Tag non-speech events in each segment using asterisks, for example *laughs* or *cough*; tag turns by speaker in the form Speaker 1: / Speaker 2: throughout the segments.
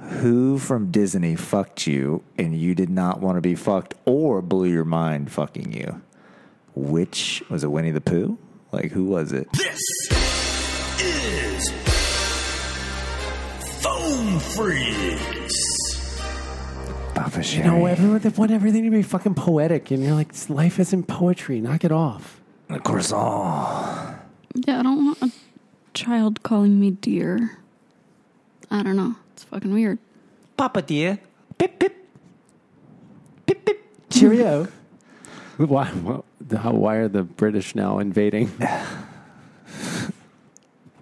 Speaker 1: who from Disney fucked you and you did not want to be fucked or blew your mind fucking you? Which was it Winnie the Pooh? Like who was it?
Speaker 2: This is Foam Freaks.
Speaker 1: Papa Sherry.
Speaker 3: No, everyone they want everything to be fucking poetic, and you're like, "This life isn't poetry. Knock it off.
Speaker 1: the croissant.
Speaker 4: Yeah, I don't want a child calling me dear. I don't know. It's fucking weird.
Speaker 1: Papa dear.
Speaker 3: Pip pip pip pip. *laughs* Cheerio. why? Why, how, why are the British now *sighs* invading?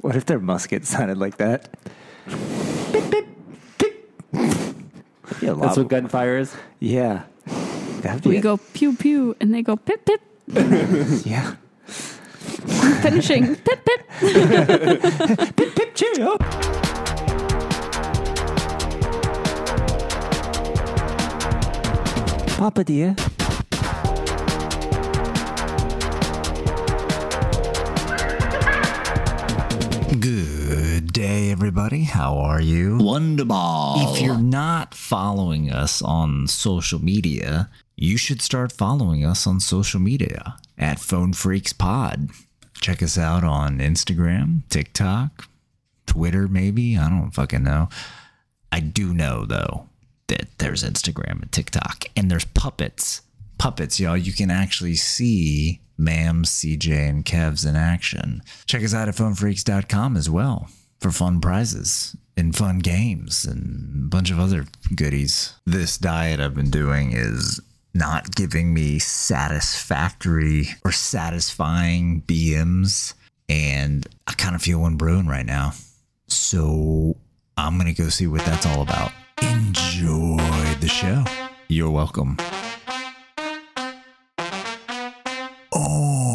Speaker 1: What if their musket sounded like that? yeah, a lot
Speaker 3: That's what
Speaker 1: of-
Speaker 3: gunfire is.
Speaker 1: yeah. That'd be
Speaker 4: We
Speaker 1: it.
Speaker 4: go pew pew, and they go
Speaker 3: *laughs*
Speaker 4: pip pip.
Speaker 1: Yeah.
Speaker 4: I'm *laughs* finishing pip pip.
Speaker 1: Pip cheerio. Papa dear.
Speaker 5: Good day, everybody. How are you?
Speaker 2: Wonderball.
Speaker 5: If you're not following us on social media, you should start following us on social media at Phone Freaks Pod. Check us out on Instagram, TikTok, Twitter, maybe. I don't fucking know. I do know, though, that there's Instagram and TikTok, and there's puppets. Puppets, y'all. You can actually see Ma'am, CJ, and Kev's in action. Check us out at phonefreaks.com as well for fun prizes and fun games and a bunch of other goodies. This diet I've been doing is not giving me satisfactory or satisfying BMs, and I kind of feel one brewing right now. So I'm going to go see what that's all about. Enjoy the show. You're welcome.
Speaker 1: Oh.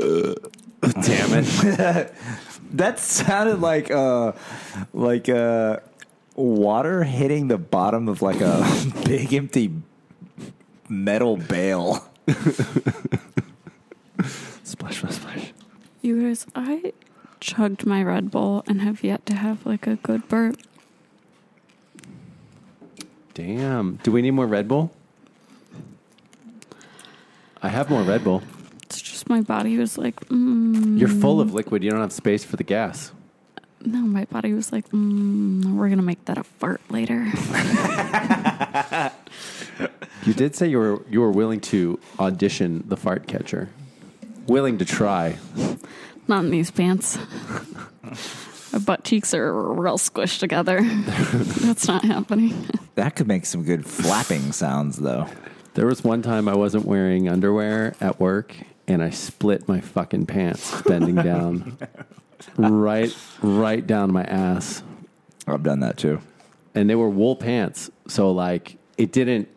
Speaker 1: Damn it. *laughs* that sounded like uh like uh water hitting the bottom of like a *laughs* big empty metal bale.
Speaker 3: Splash splash splash.
Speaker 4: You guys, I chugged my Red Bull and have yet to have like a good burp.
Speaker 3: Damn. Do we need more Red Bull? I have more Red Bull.
Speaker 4: It's just my body was like, mm.
Speaker 3: You're full of liquid. You don't have space for the gas.
Speaker 4: no, my body was like, mm, we're gonna make that a fart later. *laughs*
Speaker 3: You did say you were you were willing to audition the fart catcher, willing to try.
Speaker 4: Not in these *laughs* pants. my butt cheeks are real squished *laughs* together. That's not happening.
Speaker 1: That could make some good
Speaker 3: *laughs*
Speaker 1: flapping sounds though.
Speaker 3: There was one time I wasn't wearing underwear at work, and I split my fucking
Speaker 1: *laughs*
Speaker 3: pants bending down, right right down my ass.
Speaker 1: I've done that too.
Speaker 3: and they were wool pants. So like it didn't.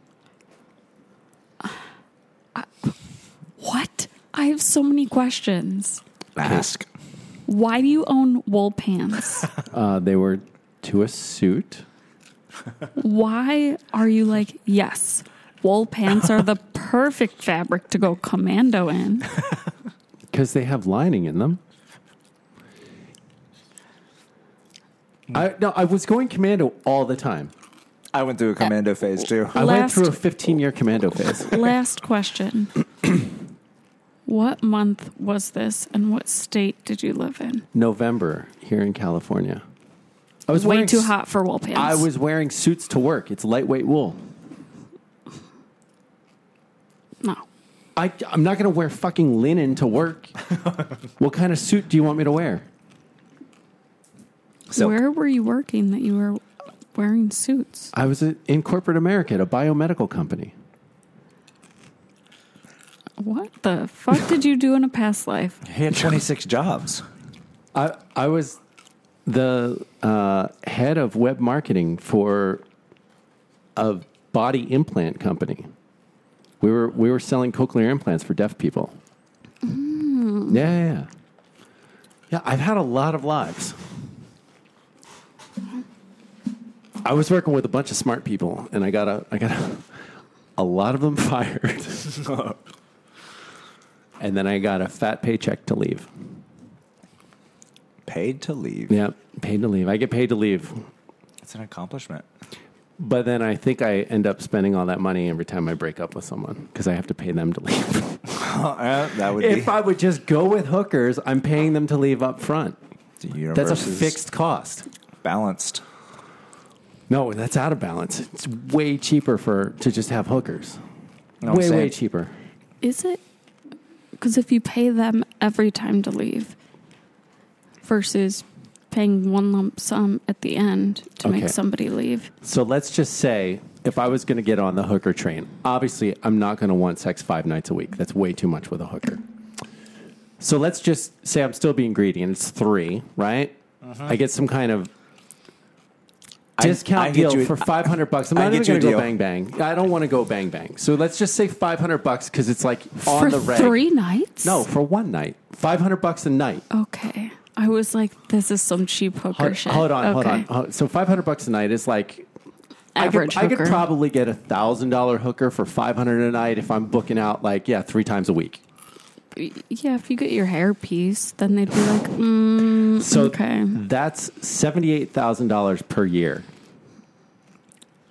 Speaker 4: What? I have so many questions.
Speaker 1: Ask.
Speaker 4: Why do you own wool *laughs* pants?
Speaker 3: Uh, they were to a suit.
Speaker 4: Why are you like, yes, wool pants are *laughs* the perfect fabric to go commando *laughs* in?
Speaker 3: because they have lining in them. I no, I was going commando all the time.
Speaker 1: I went through a commando phase too.
Speaker 3: I went
Speaker 4: Uh, Last-
Speaker 3: through a 15 year commando phase. *laughs*
Speaker 4: Last *clears throat* question. what month was this and what state did you live in?
Speaker 3: November here in California. I was
Speaker 4: Way
Speaker 3: wearing
Speaker 4: too
Speaker 3: s-
Speaker 4: hot for wool pants.
Speaker 3: I was wearing suits to work. It's lightweight wool.
Speaker 4: No.
Speaker 3: I, I'm not going to wear fucking linen
Speaker 1: *laughs*
Speaker 3: to work. what kind of suit do you want me to wear?
Speaker 1: So-
Speaker 4: Where were you working that you were wearing suits?
Speaker 3: I was a, in corporate America at a biomedical company.
Speaker 4: What the fuck did you do in a past life?
Speaker 1: He had
Speaker 3: *laughs*
Speaker 1: 26 jobs.
Speaker 3: I I was the uh, head of web marketing for a body implant company. We were we were selling cochlear implants for deaf people. Yeah, yeah, yeah. Yeah, I've had a lot of lives. I was working with a bunch of smart people, and I got a I got a, a lot of them *laughs* fired. and then I got a fat paycheck to leave.
Speaker 5: Paid to leave.
Speaker 3: Yeah, paid to leave. I get paid to leave.
Speaker 5: It's an accomplishment.
Speaker 3: But then I think I end up spending all that money every time I break up with someone because I have to pay them to leave.
Speaker 5: *laughs* Uh,
Speaker 3: *laughs*
Speaker 5: that would
Speaker 3: if
Speaker 5: be
Speaker 3: I would just go with hookers, I'm paying them to leave up front.
Speaker 5: the universe
Speaker 3: That's a
Speaker 5: is
Speaker 3: fixed cost.
Speaker 5: balanced.
Speaker 3: No, that's out of balance. It's way cheaper for to just have hookers.
Speaker 5: You know what I'm
Speaker 3: way way
Speaker 5: saying?
Speaker 3: cheaper.
Speaker 4: Is it? Because if you pay them every time to leave versus paying one lump sum at the end to
Speaker 3: Okay.
Speaker 4: make somebody leave,
Speaker 3: So let's just say if I was going to get on the hooker train, obviously I'm not going to want sex five nights a week. That's way too much with a hooker. So let's just say I'm still being greedy and it's three, right? I get some kind of discount
Speaker 5: Uh-huh. I get
Speaker 3: deal
Speaker 5: you-
Speaker 3: for 500 bucks. I'm
Speaker 5: I
Speaker 3: not
Speaker 5: get
Speaker 3: even
Speaker 5: you a
Speaker 3: going to go
Speaker 5: deal.
Speaker 3: bang bang. I don't want to go bang bang. So let's just say 500 bucks because it's like on
Speaker 4: for
Speaker 3: the reg.
Speaker 4: three nights?
Speaker 3: No, for one night. 500 bucks a night.
Speaker 4: Okay. I was like, this is some cheap hooker
Speaker 3: Hold,
Speaker 4: shit.
Speaker 3: hold on, hold
Speaker 4: okay.
Speaker 3: on. Hold- So 500 bucks a night is like
Speaker 4: Average
Speaker 3: I could, I
Speaker 4: hooker.
Speaker 3: could probably get a thousand dollar hooker for five hundred a night if I'm booking out like yeah three times a week.
Speaker 4: yeah, if you get your hair pieced, then they'd be like, mm,
Speaker 3: So
Speaker 4: Okay.
Speaker 5: Hmm.
Speaker 3: that's seventy eight thousand dollars per year.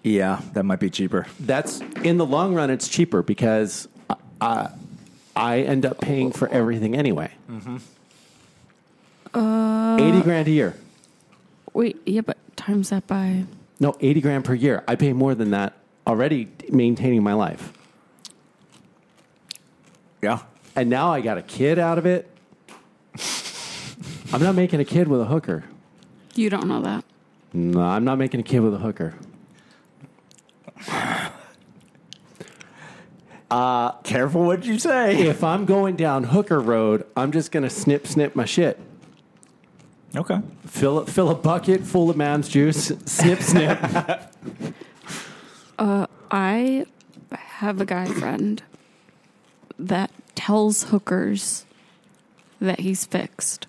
Speaker 5: Yeah, that might be cheaper.
Speaker 3: That's in the long run, it's cheaper because I, I, I end up paying for everything anyway.
Speaker 6: Mm-hmm.
Speaker 4: Uh,
Speaker 3: eighty grand a year.
Speaker 4: wait, yeah, but times that by.
Speaker 3: No, eighty grand per year. I pay more than that already maintaining my life.
Speaker 5: Yeah.
Speaker 3: and now I got a kid out of it. I'm not making a kid with a hooker.
Speaker 4: You don't know that.
Speaker 3: No, I'm not making a kid with a hooker.
Speaker 5: Uh, Careful what you say.
Speaker 3: If I'm going down hooker road, I'm just gonna snip snip my shit.
Speaker 5: Okay.
Speaker 3: Fill a- fill a bucket full of mam's juice. Snip snip.
Speaker 5: *laughs*
Speaker 4: Uh, I have a guy friend that tells hookers that he's fixed.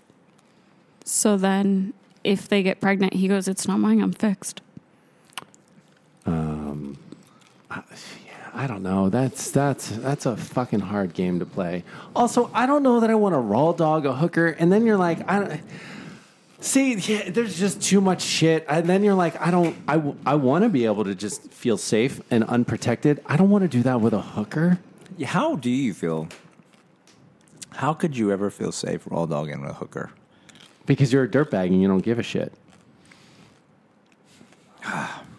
Speaker 4: So then if they get pregnant, he goes, It's not mine, I'm fixed.
Speaker 3: Um, I don't know. That's that's that's a fucking hard game to play. Also, I don't know that I want to raw dog a hooker, and then you're like, I don't. See, yeah, there's just too much shit, and then you're like, I don't. I, w- I want to be able to just feel safe and unprotected. I don't want to do that with a hooker.
Speaker 5: How do you feel? How could you ever feel safe raw dogging with a hooker?
Speaker 3: Because you're a dirtbag and you don't give a shit.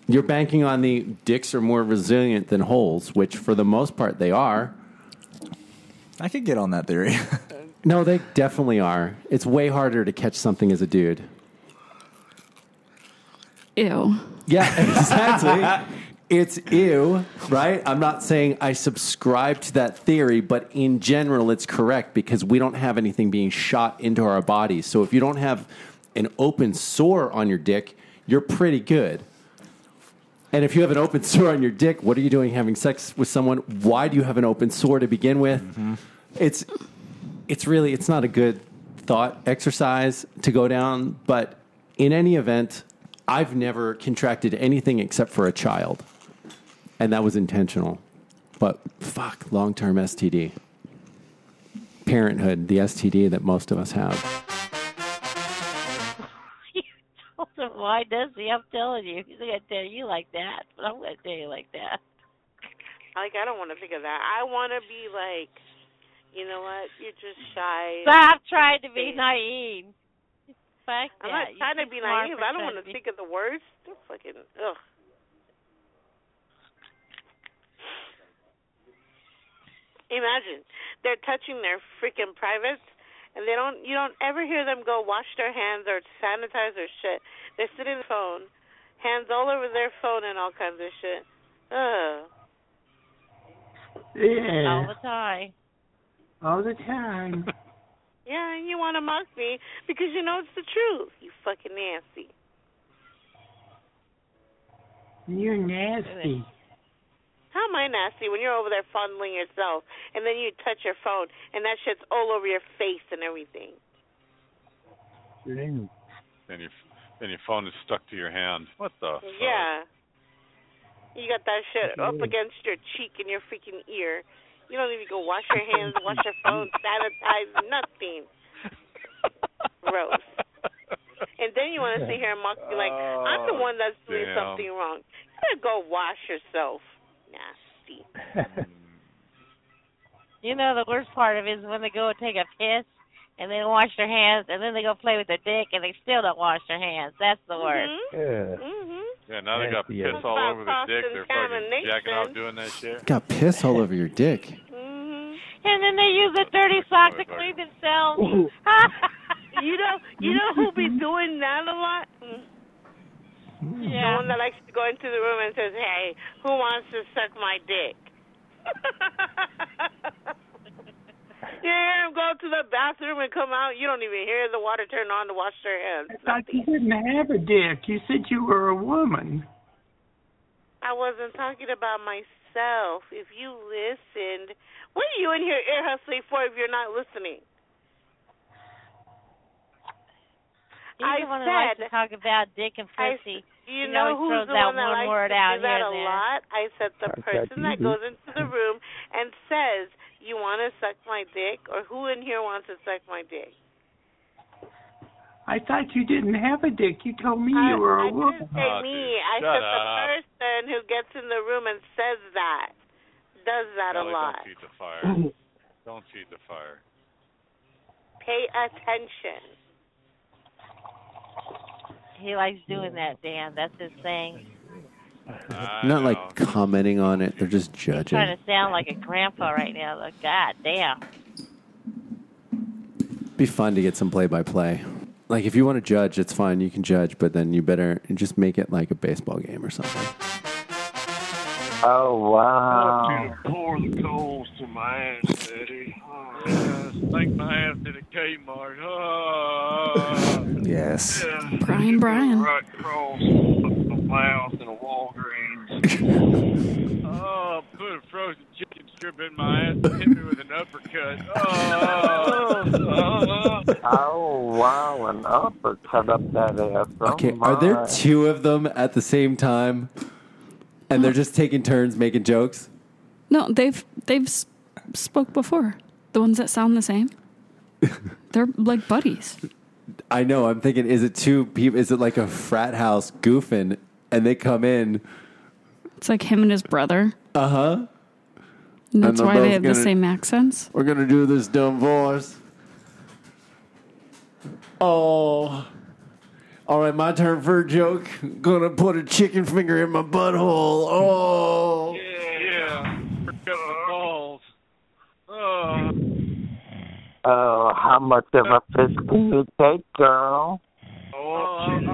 Speaker 3: You're banking on the dicks are more resilient than holes, which for the most part they are.
Speaker 5: I could get on that theory. *laughs*
Speaker 3: No, they definitely are. It's way harder to catch something as a dude.
Speaker 4: Ew.
Speaker 3: Yeah, *laughs* exactly. it's ew, right? I'm not saying I subscribe to that theory, but in general, it's correct because we don't have anything being shot into our bodies. So if you don't have an open sore on your dick, you're pretty good. And if you have an open *laughs* sore on your dick, what are you doing having sex with someone? Why do you have an open sore to begin with?
Speaker 4: Hmm.
Speaker 3: It's it's really it's not a good thought exercise to go down, but in any event, I've never contracted anything except for a child. And that was intentional. But fuck, long-term STD. Parenthood, the STD that most of us have.
Speaker 7: you told him, *laughs* why does he? I'm telling you, he's gonna tell you like that, but I'm gonna tell you like that.
Speaker 8: Like I don't want to think of that. I want to be like, you know what? You're just shy.
Speaker 7: Stop trying to be naive. Fuck
Speaker 8: I'm
Speaker 7: that.
Speaker 8: not trying to be naive. I don't want to
Speaker 7: be.
Speaker 8: think of the worst. That's fucking ugh. Imagine they're touching their freaking privates, and they don't. You don't ever hear them go wash their hands or sanitize or shit. They're sitting on the phone, hands all over their phone and all kinds of shit. Ugh.
Speaker 7: all the time.
Speaker 8: *laughs* Yeah, and you want to mock me because you know it's the truth. You fucking nasty. *laughs*
Speaker 7: Nasty.
Speaker 8: How am I nasty when you're over there fondling yourself and then you touch your phone and that shit's all over your face and everything?
Speaker 9: Then your then your phone is stuck to your hand. What the? Fuck?
Speaker 8: Yeah. You got that shit up against your cheek and your freaking ear. You don't even go wash your
Speaker 9: *laughs*
Speaker 8: hands, wash your phone, sanitize, nothing. Gross. want to sit here and mock you like I'm the
Speaker 9: Oh,
Speaker 8: one that's doing
Speaker 9: damn.
Speaker 8: something wrong. You better go wash yourself. Nasty.
Speaker 7: You know, the worst part of it is when they go and take a piss and then wash their hands and then they go play with their dick and they still don't wash their hands. That's the worst.
Speaker 8: Mhm.
Speaker 2: Ugh.
Speaker 8: Mhm.
Speaker 9: Yeah, now they got
Speaker 2: Nasty,
Speaker 9: piss
Speaker 2: yeah.
Speaker 9: all
Speaker 8: About
Speaker 9: over their dick. They're fucking jacking off
Speaker 8: cross-contamination.
Speaker 9: doing that
Speaker 8: *laughs*
Speaker 9: shit.
Speaker 3: Got piss all over your dick.
Speaker 8: Mhm.
Speaker 7: And then they use a dirty sock to clean themselves.
Speaker 8: *laughs* You know, you know who be doing that a lot? Mm. The
Speaker 7: yeah.
Speaker 8: one that likes to go into the room and says, "Hey, who wants to suck my dick?" *laughs* yeah, go to the bathroom and come out. You don't even hear the water turn on to wash their hands.
Speaker 6: I thought you didn't have a dick. You said you were a woman.
Speaker 8: I wasn't talking about myself. If you listened, what are you in here ear hustling for if you're not listening?
Speaker 7: He's
Speaker 8: I
Speaker 7: the one that likes
Speaker 8: said,
Speaker 7: to talk about dick and
Speaker 8: I s-
Speaker 7: pussy.
Speaker 8: you
Speaker 7: he
Speaker 8: know
Speaker 7: always
Speaker 8: who's
Speaker 7: throws
Speaker 8: the
Speaker 7: that
Speaker 8: one that
Speaker 7: one
Speaker 8: likes
Speaker 7: word
Speaker 8: to
Speaker 7: out
Speaker 8: do that
Speaker 7: here
Speaker 8: a
Speaker 7: and there.
Speaker 8: lot? I said the
Speaker 2: Talk about
Speaker 8: person that
Speaker 2: you.
Speaker 8: goes into the room and says, "You want to suck my dick?" or "Who in here wants to suck my dick?"
Speaker 6: I thought you didn't have a dick. You told me
Speaker 8: I,
Speaker 6: you were a
Speaker 8: I
Speaker 6: woman.
Speaker 8: didn't say
Speaker 9: Oh,
Speaker 8: me.
Speaker 9: dude,
Speaker 8: I
Speaker 9: shut
Speaker 8: said the
Speaker 9: up.
Speaker 8: person who gets in the room and says that does that
Speaker 9: Ellie,
Speaker 8: a lot.
Speaker 9: Don't feed the
Speaker 6: *laughs*
Speaker 9: fire. don't feed the fire.
Speaker 8: Pay attention.
Speaker 7: He likes doing that, Dan. That's his thing.
Speaker 9: *laughs* I
Speaker 3: Not
Speaker 9: know.
Speaker 3: like commenting on it. They're just
Speaker 7: He's
Speaker 3: judging.
Speaker 7: trying to sound like a grandpa right now. Though. God damn.
Speaker 3: be fun to get some play by play. Like if you want to judge, it's fine. You can judge, but then you better just make it like a baseball game or something.
Speaker 2: Oh wow.
Speaker 9: pour the coals to my ass, Eddie. Oh, yeah, Thank my ass to the Kmart. Oh,
Speaker 5: Yes.
Speaker 9: yeah.
Speaker 4: Brian, Brian.
Speaker 9: Right across the mouth and a Walgreens. Oh, put a frozen chicken strip in my ass and hit me with an uppercut. *laughs* Oh, oh,
Speaker 2: *laughs* Oh wow, an uppercut up that ass. Oh,
Speaker 3: Okay, are there
Speaker 2: my.
Speaker 3: two of them at the same time, and they're just taking turns making jokes?
Speaker 4: No, they've they've s- spoke before. The ones that sound
Speaker 3: *laughs*
Speaker 4: the same. They're like buddies.
Speaker 3: I know. I'm thinking, is it two people? Is it like a frat house goofing, and they come in? Uh-huh.
Speaker 4: It's like him and his brother. Uh huh. And that's
Speaker 3: they're
Speaker 4: why they
Speaker 3: both
Speaker 4: have the
Speaker 3: gonna-
Speaker 4: same accents.
Speaker 3: We're gonna do this dumb voice. Oh. All right, my turn for a joke. Gonna put a chicken finger in my butthole. Oh.
Speaker 9: yeah. Balls. Oh,
Speaker 2: Oh, how much of a fist can you take, girl?
Speaker 9: oh, go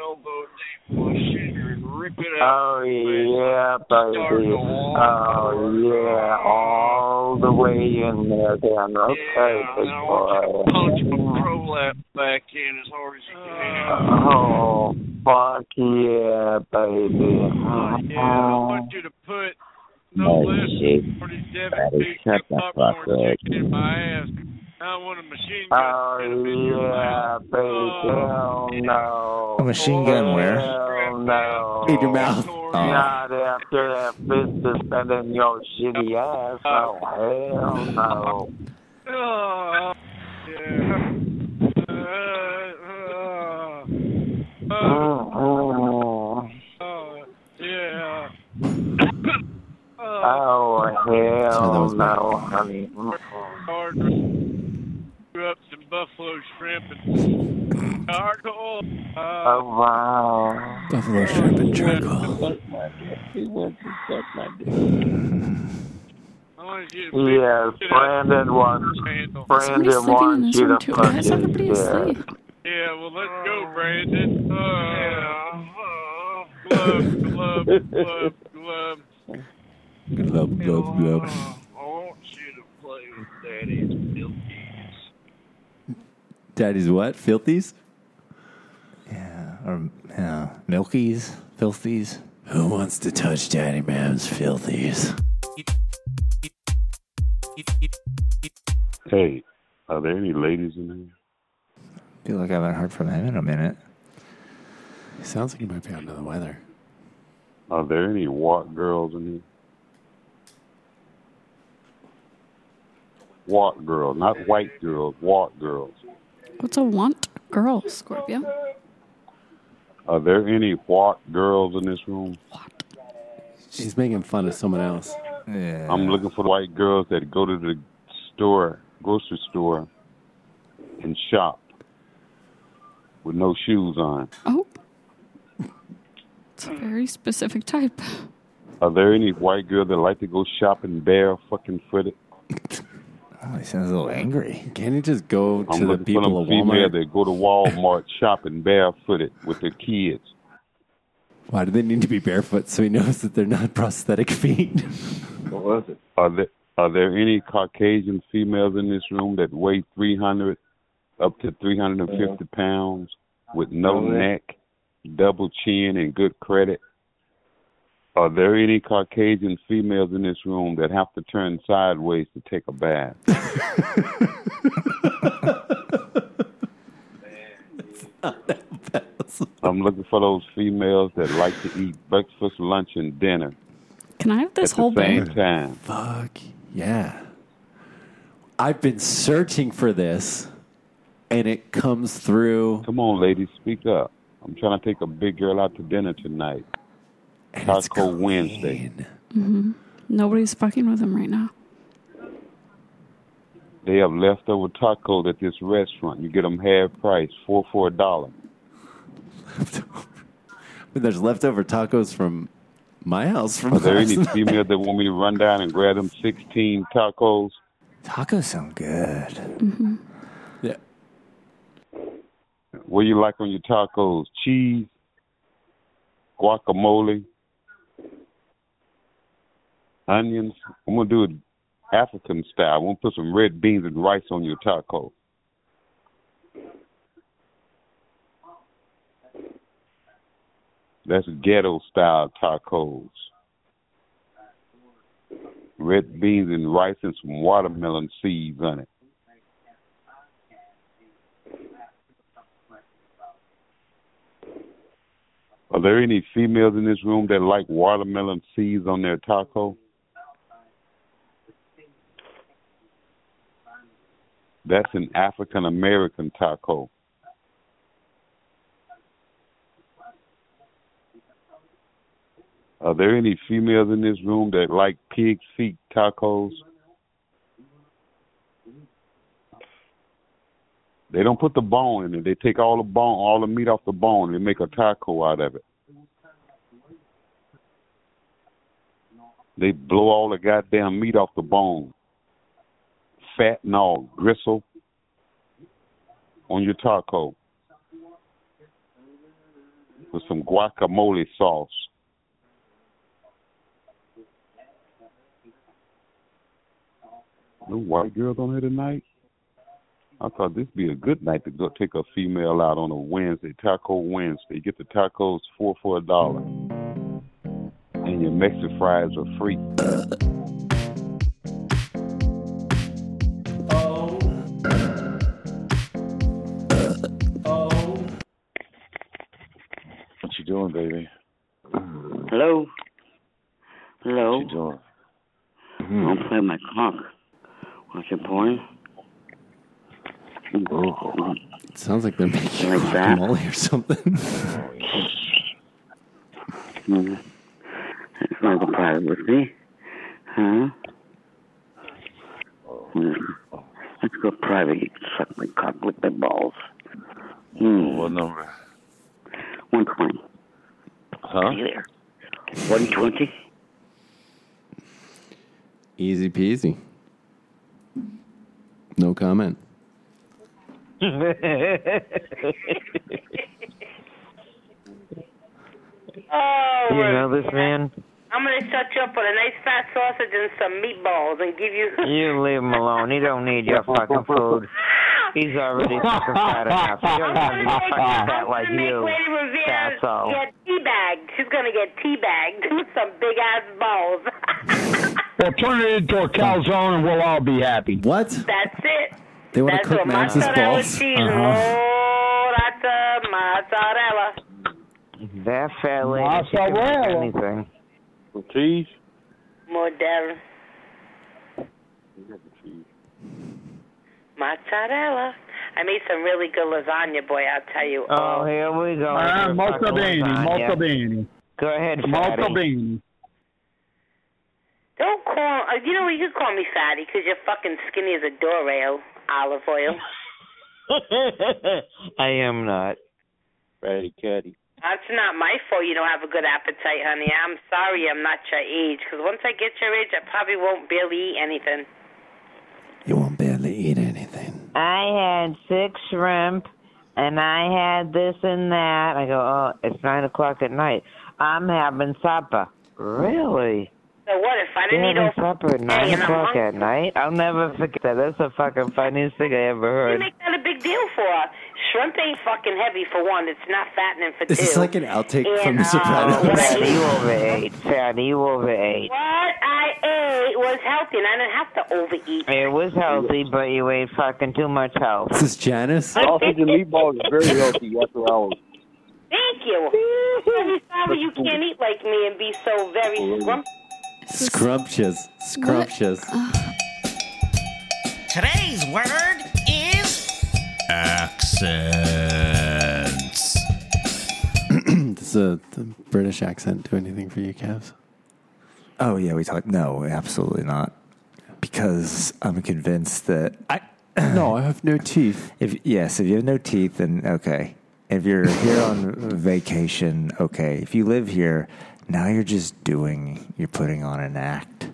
Speaker 9: elbow deep in my shitter and rip it
Speaker 2: Oh yeah, baby. Oh yeah, all the way in there, then. Okay,
Speaker 9: Yeah,
Speaker 2: big
Speaker 9: and I
Speaker 2: boy.
Speaker 9: punch my prolapse back in as hard as you
Speaker 10: Uh,
Speaker 9: can.
Speaker 2: Oh fuck yeah, baby.
Speaker 9: Oh, yeah, I want you to put
Speaker 11: Oh,
Speaker 9: no
Speaker 2: Holy
Speaker 9: less
Speaker 2: shit.
Speaker 9: than 47
Speaker 2: Buddy,
Speaker 9: big
Speaker 2: shut the
Speaker 9: popcorn
Speaker 2: fuck up.
Speaker 9: chicken in my ass. I want a machine gun
Speaker 2: Oh
Speaker 9: set up in your
Speaker 2: yeah,
Speaker 9: mouth.
Speaker 2: baby. Oh no.
Speaker 5: A machine gun where?
Speaker 2: Hell no.
Speaker 3: In your mouth.
Speaker 2: Not after that fist is set in your shitty ass. Oh hell no.
Speaker 9: Oh, yeah. Uh, uh, uh,
Speaker 2: Mm-mm.
Speaker 9: uh, yeah. Uh,
Speaker 2: Oh
Speaker 3: that
Speaker 2: hell
Speaker 3: was bad.
Speaker 2: no, honey. Mm-mm.
Speaker 9: hard to up some buffalo shrimp and charcoal. Uh,
Speaker 2: Oh wow.
Speaker 3: Buffalo shrimp and charcoal.
Speaker 9: I wanted you to pick it
Speaker 2: Yes,
Speaker 9: up
Speaker 2: Brandon wants
Speaker 9: with your handle.
Speaker 4: Somebody's
Speaker 2: Brandon
Speaker 4: sleeping in
Speaker 2: wants
Speaker 4: this
Speaker 2: you
Speaker 4: room
Speaker 2: to
Speaker 4: too. Why
Speaker 2: punch
Speaker 4: is
Speaker 2: his
Speaker 4: everybody
Speaker 2: dick.
Speaker 4: asleep?
Speaker 9: Yeah, well, let's go, Brandon. Uh, glove,
Speaker 2: *laughs*
Speaker 9: glove, glove, glove.
Speaker 3: Glub, glub, glub.
Speaker 9: uh, I want you to play with Daddy's milkies.
Speaker 3: Daddy's what? Filthies?
Speaker 5: Yeah. Or yeah. Milkies, filthies.
Speaker 3: Who wants to touch Daddy Mam's filthies?
Speaker 12: Hey, are there any ladies in here?
Speaker 5: Feel like I haven't heard from him in a minute.
Speaker 3: Sounds like he might be out of the weather.
Speaker 12: Are there any Watt girls in here? Watt girls, not white girls, Watt girls.
Speaker 4: What's a want girl, Scorpio?
Speaker 12: Are there any what girls in this room?
Speaker 3: She's making fun of someone else.
Speaker 5: Yeah.
Speaker 12: I'm looking for the white girls that go to the store, grocery store, and shop with no shoes on.
Speaker 4: Oh. It's a very specific type.
Speaker 12: Are there any white girls that like to go shopping bare fucking footed?
Speaker 5: *laughs* Oh, he sounds a little angry.
Speaker 3: Can you just go
Speaker 12: I'm
Speaker 3: to the
Speaker 12: looking
Speaker 3: people
Speaker 12: for
Speaker 3: of
Speaker 12: them female
Speaker 3: Walmart?
Speaker 12: that go to Walmart shopping barefooted with their kids.
Speaker 3: Why do they need to be barefoot so he knows that they're not prosthetic feet? *laughs*
Speaker 12: What was it? Are there are there any Caucasian females in this room that weigh three hundred up to three hundred and fifty pounds with no
Speaker 2: No.
Speaker 12: neck, double chin and good credit? Are there any Caucasian females in this room that have to turn sideways to take a bath? I'm looking for those females that like to eat breakfast, lunch, and dinner
Speaker 4: Can I have this
Speaker 12: at
Speaker 4: whole
Speaker 12: the same
Speaker 4: bag?
Speaker 12: time.
Speaker 3: Fuck yeah. I've been searching for this and it comes through.
Speaker 12: Come on, ladies, speak up. I'm trying to take a big girl out to dinner tonight. Costco Wednesday.
Speaker 4: hmm Nobody's fucking with him right now.
Speaker 12: They have leftover tacos at this restaurant. You get them half price, four for a dollar.
Speaker 3: But there's leftover tacos from my house from
Speaker 12: Are there
Speaker 3: last
Speaker 12: any
Speaker 3: night.
Speaker 12: females that want me to run down and grab them 16 tacos?
Speaker 5: Tacos sound good.
Speaker 4: Mm-hmm.
Speaker 3: Yeah.
Speaker 12: What you like on your tacos? Cheese, guacamole, onions. I'm gonna do it African style. I'm gonna put some red beans and rice on your taco. That's ghetto style tacos. Red beans and rice and some watermelon seeds on it. Are there any females in this room that like watermelon seeds on their taco? That's an African American taco. Are there any females in this room that like pig feet tacos? They don't put the bone in it. They take all the bone, all the meat off the bone, and they make a taco out of it. They blow all the goddamn meat off the bone, fat and all, gristle on your taco with some guacamole sauce. No white girls on here tonight. I thought this be a good night to go take a female out on a Wednesday, Taco Wednesday. Get the tacos four for a dollar, and your Mexican fries are free.
Speaker 10: What you doing, baby?
Speaker 13: Hello. Hello.
Speaker 10: What you doing?
Speaker 13: Don't play my cock. Watching porn.
Speaker 10: Oh.
Speaker 3: It sounds like they're making
Speaker 13: Like that?
Speaker 3: guacamole
Speaker 14: *laughs*
Speaker 3: or something.
Speaker 13: Mm. That's not a private with me, huh? Mm. Let's go private. You can suck my cock, lick my balls. Mm.
Speaker 10: What number?
Speaker 13: One twenty.
Speaker 10: Huh?
Speaker 13: Hey there. One
Speaker 14: *laughs*
Speaker 13: twenty.
Speaker 3: Easy peasy. No comment.
Speaker 15: Oh,
Speaker 16: You know this man?
Speaker 15: I'm gonna shut you up with a nice fat sausage and some meatballs and give you.
Speaker 16: You leave him alone. He don't need your fucking food. He's already fucking fat enough. He doesn't need to be fucking *laughs* fat like you.
Speaker 15: Lady Rivera
Speaker 16: That's all.
Speaker 15: get teabagged. She's gonna get teabagged *laughs* with some big ass balls. *laughs*
Speaker 14: Well, turn it into a calzone and we'll all be happy.
Speaker 3: What?
Speaker 15: That's it.
Speaker 3: They
Speaker 14: wanna
Speaker 15: That's
Speaker 14: cook
Speaker 15: what
Speaker 14: Max's
Speaker 15: mozzarella
Speaker 14: balls?
Speaker 15: Cheese,
Speaker 14: Uh-huh.
Speaker 15: mozzarella, mozzarella.
Speaker 16: That fat lady. She can make anything.
Speaker 12: Cheese?
Speaker 15: Model. Mozzarella. I made some really good lasagna, boy. I'll tell you.
Speaker 16: Oh, here we go.
Speaker 14: Ah,
Speaker 16: Mr.
Speaker 14: molto
Speaker 16: Fucking
Speaker 14: bene,
Speaker 16: Lasagna.
Speaker 14: molto bene.
Speaker 16: Go ahead, fatty.
Speaker 14: Molto bene.
Speaker 15: Don't call. Uh, you know what? You can call me fatty because you're fucking skinny as a door rail. Olive oil.
Speaker 16: I am not.
Speaker 10: Fatty Caddy.
Speaker 15: That's not my fault. You don't have a good appetite, honey. I'm sorry. I'm not your age. Because once I get your age, I probably won't barely eat anything.
Speaker 3: You won't barely eat anything.
Speaker 17: I had six shrimp and I had this and that. I go, oh, it's nine o'clock at night. I'm having supper. Really?
Speaker 15: So what if I
Speaker 17: You're
Speaker 15: didn't eat
Speaker 17: having
Speaker 15: all?
Speaker 17: supper at nine o'clock at night? I'll never forget that. That's the fucking funniest thing I ever heard.
Speaker 15: You make that a big deal for her. Shrimp ain't fucking heavy for one. It's not fattening for
Speaker 5: This
Speaker 15: two.
Speaker 5: is like an outtake from
Speaker 15: And,
Speaker 5: The
Speaker 15: uh, what I
Speaker 5: Sopranos.
Speaker 17: You overate, Fatty. You overate.
Speaker 15: What I ate was healthy, and I didn't have to overeat.
Speaker 17: It was healthy, but you ate fucking too much health.
Speaker 3: This
Speaker 10: *laughs*
Speaker 3: is Janice.
Speaker 17: Sausage and
Speaker 10: meatballs is very healthy. That's what I was.
Speaker 5: *laughs*
Speaker 15: Thank you. I'm sorry you can't eat like me and be so very scrumptious.
Speaker 3: Scrumptious. Scrumptious.
Speaker 1: Today's word is
Speaker 5: *clears throat*
Speaker 18: Accents.
Speaker 3: Does a the British accent do anything for you, Cavs?
Speaker 5: Oh yeah, we talked. No, absolutely not. Because I'm convinced that I.
Speaker 3: *coughs* no, I have no teeth.
Speaker 5: If yes, if you have no teeth, then okay. If you're here on vacation, okay. If you live here, now you're just doing. You're putting on an act.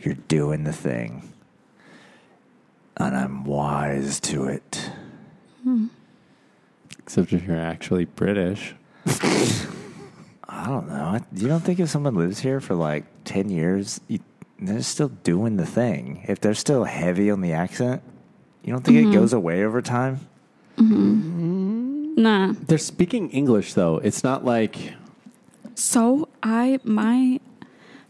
Speaker 5: You're doing the thing, and I'm wise to it.
Speaker 3: Except if you're actually British.
Speaker 5: *laughs* I don't know. I- You don't think if someone lives here for like ten years, you, they're still doing the thing. If they're still heavy on the accent, you don't think
Speaker 4: Mhm.
Speaker 5: it goes away over time? Mm-hmm.
Speaker 4: Nah.
Speaker 3: They're speaking English though. It's not like
Speaker 4: So I my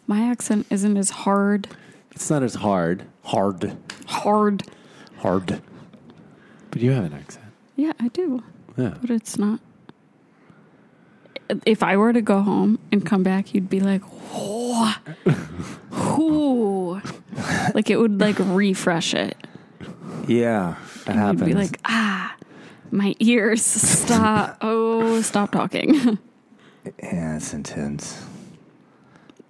Speaker 4: my accent isn't as hard
Speaker 3: it's not as hard. Hard.
Speaker 4: hard.
Speaker 3: Hard. But you have an accent.
Speaker 4: Yeah, I do.
Speaker 3: Yeah.
Speaker 4: But it's not. If I were to go home and come back, you'd be
Speaker 5: *laughs*
Speaker 4: like, "Whoa, whoo!" like it would like refresh it.
Speaker 5: Yeah, that happens.
Speaker 4: You'd be like, "Ah, my ears stop. oh, stop talking." *laughs*
Speaker 5: yeah, it's intense.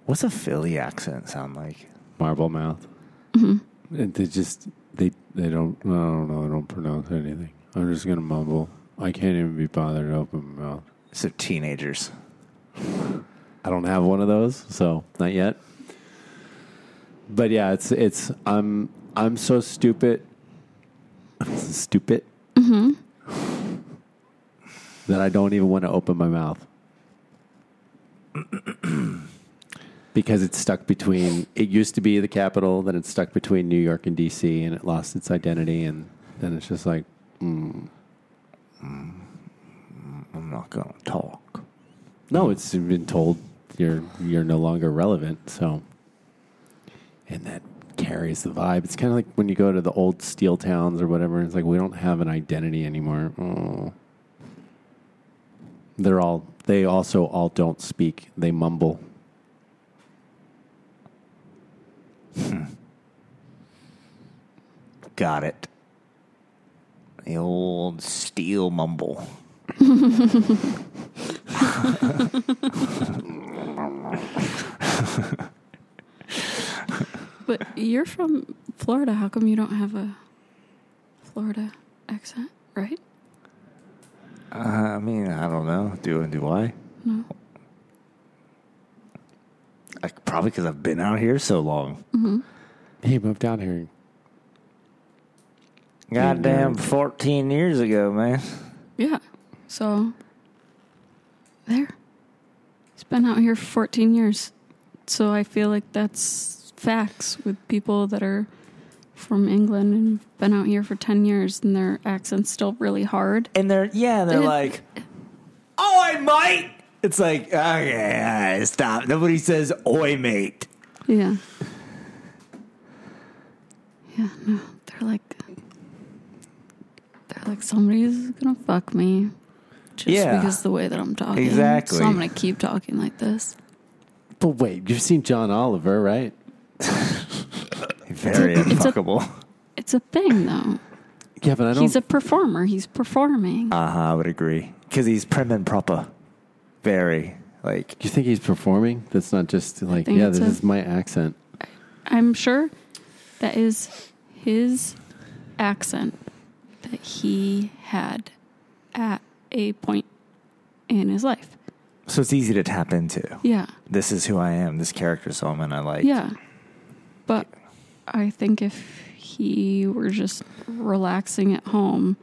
Speaker 5: What's a Philly accent sound like?
Speaker 3: Marble mouth. And they just they they don't I don't know, I don't pronounce anything. I'm just gonna mumble. I can't even be bothered to open my mouth.
Speaker 5: So teenagers.
Speaker 3: I don't have one of those, so not yet. But yeah, it's it's I'm I'm so stupid *laughs* stupid
Speaker 4: hmm
Speaker 3: that I don't even want to open my mouth. *clears throat* because it's stuck between it used to be the capital, then it's stuck between New York and DC and it lost its identity and then it's just like mm.
Speaker 5: Mm, I'm not gonna talk.
Speaker 3: No, it's been told you're you're no longer relevant, so and that carries the vibe. It's kind of like when you go to the old steel towns or whatever, it's like we don't have an identity anymore. Oh. They're all they also all don't speak. They mumble.
Speaker 5: Got it. The old steel mumble.
Speaker 4: But you're from Florida. How come you don't have a Florida accent, right?
Speaker 5: Uh, I mean, I don't know. Do and do I?
Speaker 4: No.
Speaker 5: I probably because I've been out here so long.
Speaker 4: hmm
Speaker 3: He moved out here.
Speaker 5: Goddamn, fourteen years ago, man.
Speaker 4: Yeah. So there. He's been out here for 14 years. So I feel like that's facts with people that are from England and been out here for 10 years and their accent's still really hard.
Speaker 5: And they're yeah, they're like, oh, I might. It's like okay, all right, stop. Nobody says "oi, mate."
Speaker 4: Yeah. Yeah, no. They're like they're like somebody's gonna fuck me. Just
Speaker 3: Yeah.
Speaker 4: because of the way that I'm talking.
Speaker 3: Exactly.
Speaker 4: So I'm gonna keep talking like this.
Speaker 3: But wait, you've seen John
Speaker 5: *laughs*
Speaker 3: Oliver, right?
Speaker 5: Very
Speaker 4: It's a-
Speaker 5: unfuckable.
Speaker 4: It's a thing though.
Speaker 3: Yeah, but I don't.
Speaker 4: He's a performer. He's performing.
Speaker 5: Uh huh. I would agree because he's prim and proper. Very like.
Speaker 3: you think he's performing? That's not just like,
Speaker 4: think
Speaker 3: yeah,
Speaker 4: it's
Speaker 3: this
Speaker 4: a-
Speaker 3: is my accent.
Speaker 4: I'm sure that is his accent that he had at a point in his life.
Speaker 5: So it's easy to tap into.
Speaker 4: Yeah.
Speaker 5: This is who I am. This character, so I'm gonna like.
Speaker 4: yeah. But I think if he were just relaxing at home,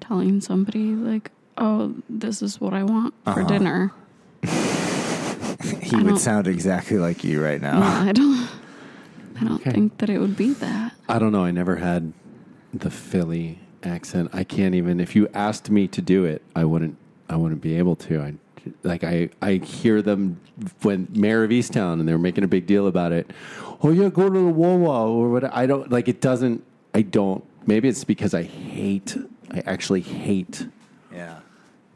Speaker 4: telling somebody, like, oh, this is what I want for
Speaker 5: Uh-huh.
Speaker 4: dinner.
Speaker 5: *laughs* He
Speaker 4: I
Speaker 5: would
Speaker 4: don't-
Speaker 5: sound exactly like you right now.
Speaker 4: No, I don't. I don't think that it would be that.
Speaker 3: I don't know. I never had the Philly accent. I can't even. If you asked me to do it, I wouldn't. I wouldn't be able to. I like I. I hear them when mayor of Easttown and they're making a big deal about it. Oh yeah, go to the Wawa or what? I don't like. It doesn't. I don't. Maybe it's because I hate. I actually hate.
Speaker 5: Yeah.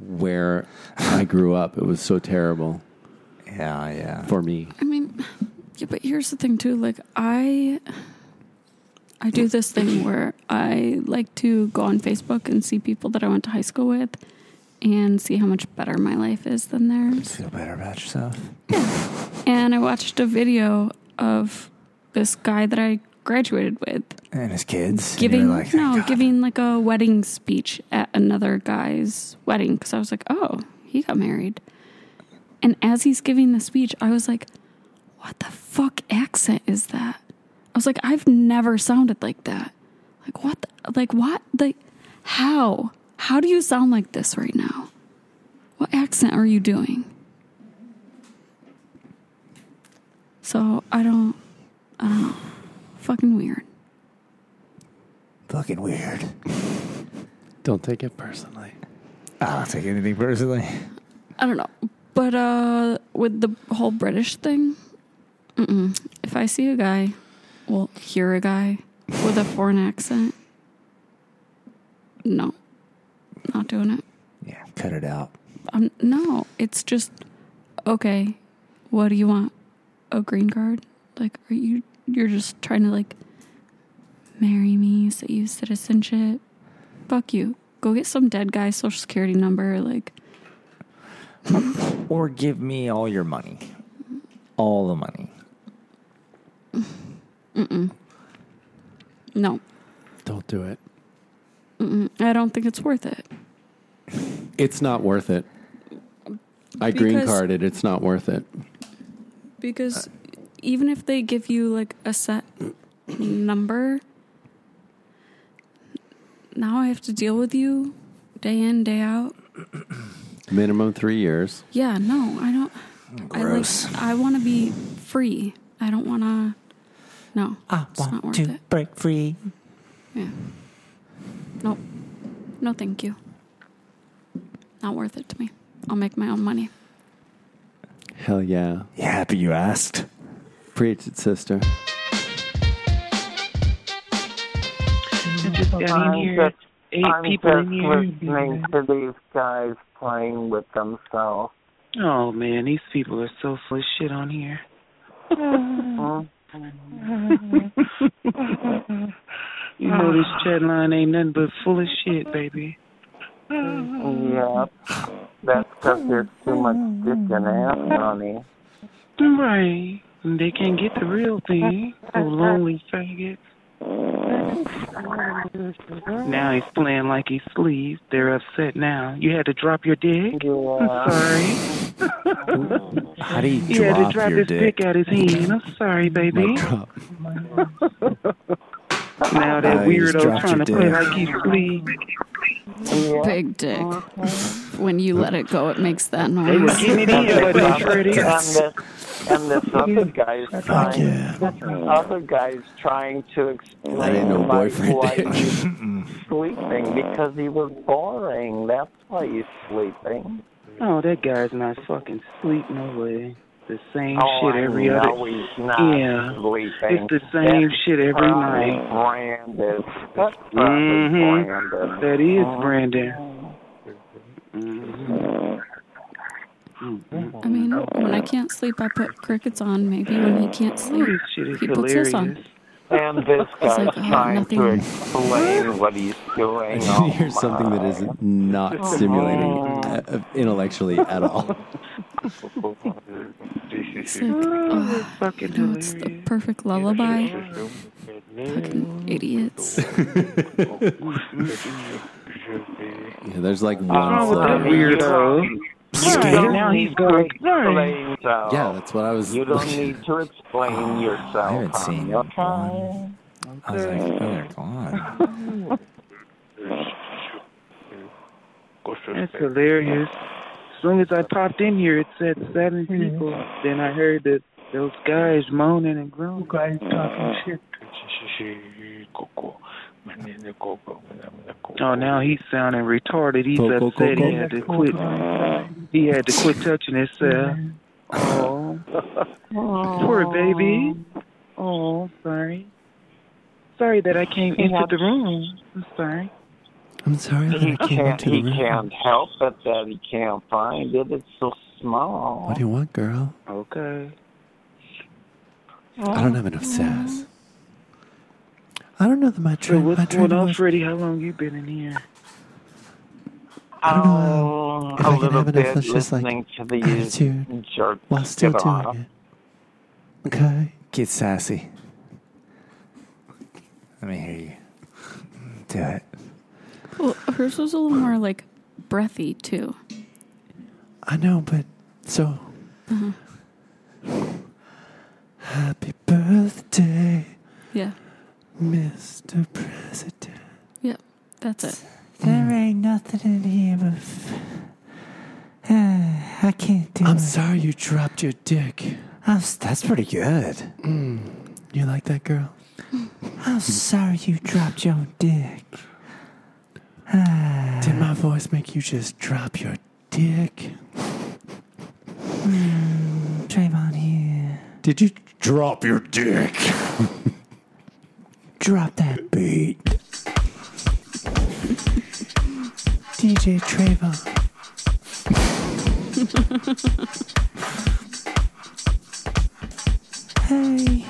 Speaker 3: Where
Speaker 5: *laughs*
Speaker 3: I grew up, it was so terrible.
Speaker 5: Yeah, yeah.
Speaker 3: For me,
Speaker 4: I mean, yeah, but here's the thing too. Like I, I do this thing where I like to go on Facebook and see people that I went to high school with, and see how much better my life is than theirs.
Speaker 5: Feel better about yourself.
Speaker 4: And I watched a video of this guy that I graduated with
Speaker 5: And his kids. and
Speaker 4: giving
Speaker 5: you're like,
Speaker 4: no giving like a wedding speech at another guy's wedding because I was like, oh, he got married. And as he's giving the speech, I was like, what the fuck accent is that? I was like, I've never sounded like that. Like what? The, like what? Like how? How do you sound like this right now? What accent are you doing? So I don't, I don't know. Fucking weird.
Speaker 5: fucking weird.
Speaker 3: don't take it personally.
Speaker 5: I don't take anything personally.
Speaker 4: I don't know. But uh, with the whole British thing, mm-mm. if I see a guy, well, hear a guy with a foreign accent, no, not doing it.
Speaker 5: Cut it out.
Speaker 4: Um, no, it's just okay. What do you want? A green card? Like, are you? You're just trying to like marry me, so you citizenship. Fuck you. Go get some dead guy's social security number. Like,
Speaker 5: *laughs* Or give me all your money. All the money.
Speaker 4: mm-mm. no.
Speaker 3: Don't do it.
Speaker 4: Mm-mm. I don't think it's worth it.
Speaker 3: It's not worth it. I green
Speaker 4: Because-
Speaker 3: carded. It's not worth it.
Speaker 4: Because even if they give you like a set number, now I have to deal with you day in, day out.
Speaker 3: Minimum three years.
Speaker 4: Yeah, no, I don't.
Speaker 3: Gross.
Speaker 4: I, like, I want to be free. I don't want to. No.
Speaker 5: I
Speaker 4: it's not worth
Speaker 5: to
Speaker 4: it.
Speaker 5: break free.
Speaker 4: Yeah. Nope. No, thank you. Not worth it to me. I'll make my own money.
Speaker 3: Hell yeah.
Speaker 5: You happy you asked?
Speaker 3: Preach it, sister.
Speaker 10: just
Speaker 2: I'm just, I'm just listening
Speaker 10: man.
Speaker 2: to these guys playing with themselves.
Speaker 10: Oh man, these people are so full of shit on here.
Speaker 2: Hmm?
Speaker 10: You know this chat line ain't nothing but full of shit, baby.
Speaker 2: Yeah, that's because there's too much dick and ass on it.
Speaker 10: Right. And They can't get the real thing. So lonely faggots.
Speaker 2: Hmm.
Speaker 10: Now he's playing like he's sleeves. They're upset now. You had to drop your dick? I'm sorry.
Speaker 5: *laughs* How do you
Speaker 10: You had to
Speaker 5: drop
Speaker 10: drop
Speaker 5: your
Speaker 10: his
Speaker 5: dick?
Speaker 10: dick out his hand. I'm sorry, baby.
Speaker 5: Mic drop.
Speaker 10: Now that
Speaker 5: Oh, you just
Speaker 10: weirdo
Speaker 5: dropped
Speaker 10: trying to
Speaker 5: your
Speaker 10: play
Speaker 5: dick.
Speaker 10: like he's sleeves.
Speaker 4: Big dick. When you let it go, it makes that noise.
Speaker 10: They were getting it in,
Speaker 4: *laughs*
Speaker 10: wasn't it, Freddie?
Speaker 2: And
Speaker 10: *laughs*
Speaker 2: this other guy's trying, other guy's trying to explain like, why he's sleeping because he was boring. That's why he's sleeping.
Speaker 10: No, Oh, that guy's not fucking sleep no way. The same
Speaker 2: Oh,
Speaker 10: shit
Speaker 2: I
Speaker 10: every
Speaker 2: know
Speaker 10: other.
Speaker 2: he's not
Speaker 10: yeah,
Speaker 2: sleeping.
Speaker 10: it's the same
Speaker 2: That's
Speaker 10: shit every
Speaker 2: probably
Speaker 10: night.
Speaker 2: Brandon. That's probably
Speaker 10: Mhm.
Speaker 2: Brandon.
Speaker 10: That is
Speaker 2: Mhm.
Speaker 10: Brandon. Mhm.
Speaker 4: Mm-hmm.
Speaker 10: Mm-hmm.
Speaker 4: I mean, when I can't sleep, I put crickets on. Maybe when he can't sleep,
Speaker 10: Shit is
Speaker 4: he puts this
Speaker 10: hilarious.
Speaker 4: on.
Speaker 2: and this guy's
Speaker 4: like, oh,
Speaker 2: trying to
Speaker 4: nothing.
Speaker 3: *laughs*
Speaker 2: explain what he's doing.
Speaker 3: And here's something that is not
Speaker 4: Oh.
Speaker 3: stimulating
Speaker 4: *laughs*
Speaker 3: uh, intellectually at all.
Speaker 4: oh, It's like, oh, you know, it's the perfect lullaby. Fucking idiots.
Speaker 10: Mm-hmm.
Speaker 3: Yeah, there's like
Speaker 4: Uh,
Speaker 3: one
Speaker 10: wrong with
Speaker 3: floating
Speaker 10: that weirdo?
Speaker 2: Skater?
Speaker 10: now he's going.
Speaker 2: Explain yourself.
Speaker 3: Yeah, that's what I was. Oh.
Speaker 2: You don't need to explain yourself. I haven't seen you. Okay.
Speaker 5: I was like, oh, they're gone.
Speaker 10: That's hilarious. *laughs* As long as I popped in here, it said seven people. Then I heard that those guys moaning and groaning. Guys talking shit. Oh, now he's sounding retarded. He's
Speaker 1: Go, go, go,
Speaker 10: upset.
Speaker 1: go.
Speaker 10: He had to quit. He had to quit touching himself. Oh, poor baby. Oh, sorry. Sorry that I came into the room. I'm sorry.
Speaker 3: I'm sorry
Speaker 2: He
Speaker 10: that I came
Speaker 2: can't,
Speaker 10: into the
Speaker 2: he
Speaker 10: room.
Speaker 2: can't help it that he can't find it. It's so small.
Speaker 3: What do you want, girl?
Speaker 10: Okay.
Speaker 3: I don't have enough sass. I don't know that my train.
Speaker 10: What's
Speaker 3: my train
Speaker 10: going on,
Speaker 3: was-
Speaker 10: Freddie? How long you been in here?
Speaker 3: I don't know if
Speaker 2: Oh,
Speaker 3: I can
Speaker 2: a little
Speaker 3: have enough
Speaker 2: bit
Speaker 3: that's just like
Speaker 2: listening to these
Speaker 3: attitude
Speaker 2: jerks
Speaker 3: while still
Speaker 2: get
Speaker 3: doing
Speaker 2: off.
Speaker 3: it. Okay.
Speaker 5: Get sassy. Let me hear you. Do it.
Speaker 4: Well, hers was a little more like breathy too.
Speaker 3: I know, but so
Speaker 4: Uh-huh.
Speaker 3: happy birthday,
Speaker 4: Yeah,
Speaker 3: Mr. President.
Speaker 4: yeah, that's it.
Speaker 3: There ain't nothing in here but.
Speaker 1: eh,
Speaker 3: I can't do I'm sorry you dropped your dick. Mm.
Speaker 5: That's pretty good.
Speaker 3: You like that girl?
Speaker 1: I'm sorry you dropped your dick. Eh.
Speaker 3: Did my voice make you just drop your dick?
Speaker 1: Hmm, Trayvon here.
Speaker 3: Did you drop your dick?
Speaker 1: Drop that beat. DJ Trayvon. hey.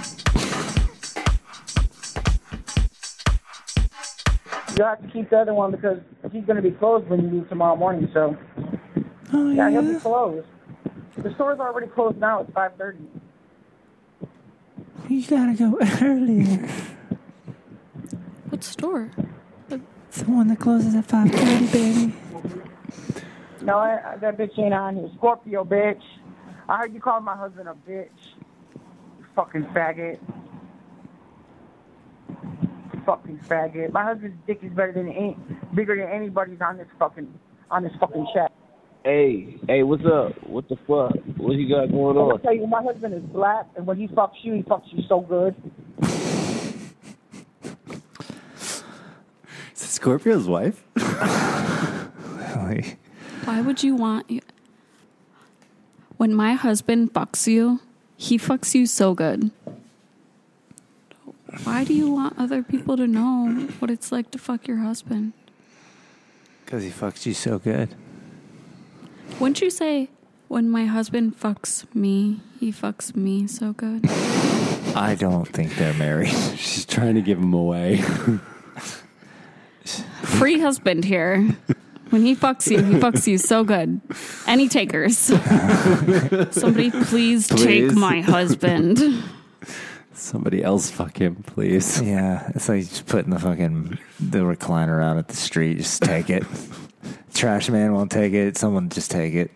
Speaker 11: You have to keep the other one because he's going to be closed when you leave tomorrow morning. So yeah, he'll be closed. The store's already closed now. It's five thirty.
Speaker 1: *laughs* You gotta go earlier.
Speaker 4: What store?
Speaker 1: It's the one that closes at 5.30, baby.
Speaker 11: No, I, I, that bitch ain't on here. Scorpio, bitch. I heard you call my husband a bitch. You fucking faggot. Fucking faggot. My husband's dick is better than any, bigger than anybody's on this fucking on this fucking chat.
Speaker 19: Hey, hey, what's up? What the fuck? What you got going
Speaker 11: Let
Speaker 19: on?
Speaker 11: me tell you, my husband is black, and when he fucks you, he fucks you so good.
Speaker 3: Is it Scorpio's *laughs* wife?
Speaker 4: Why would you want you? When my husband fucks you, he fucks you so good. Why do you want other people to know what it's like to fuck your husband?
Speaker 5: Because he fucks you so good.
Speaker 4: Wouldn't you say, when my husband fucks me, he fucks me so good?
Speaker 5: I don't think they're married.
Speaker 3: *laughs* She's trying to give him away. *laughs*
Speaker 4: Free husband here. When he fucks you, he fucks you so good. Any takers? Somebody please, take
Speaker 3: Please.
Speaker 4: my husband.
Speaker 3: Somebody else fuck him, please.
Speaker 5: *laughs* Yeah, it's like just putting the fucking the recliner out at the street. Just take
Speaker 3: *laughs*
Speaker 5: it. trash man won't take it. Someone just take it.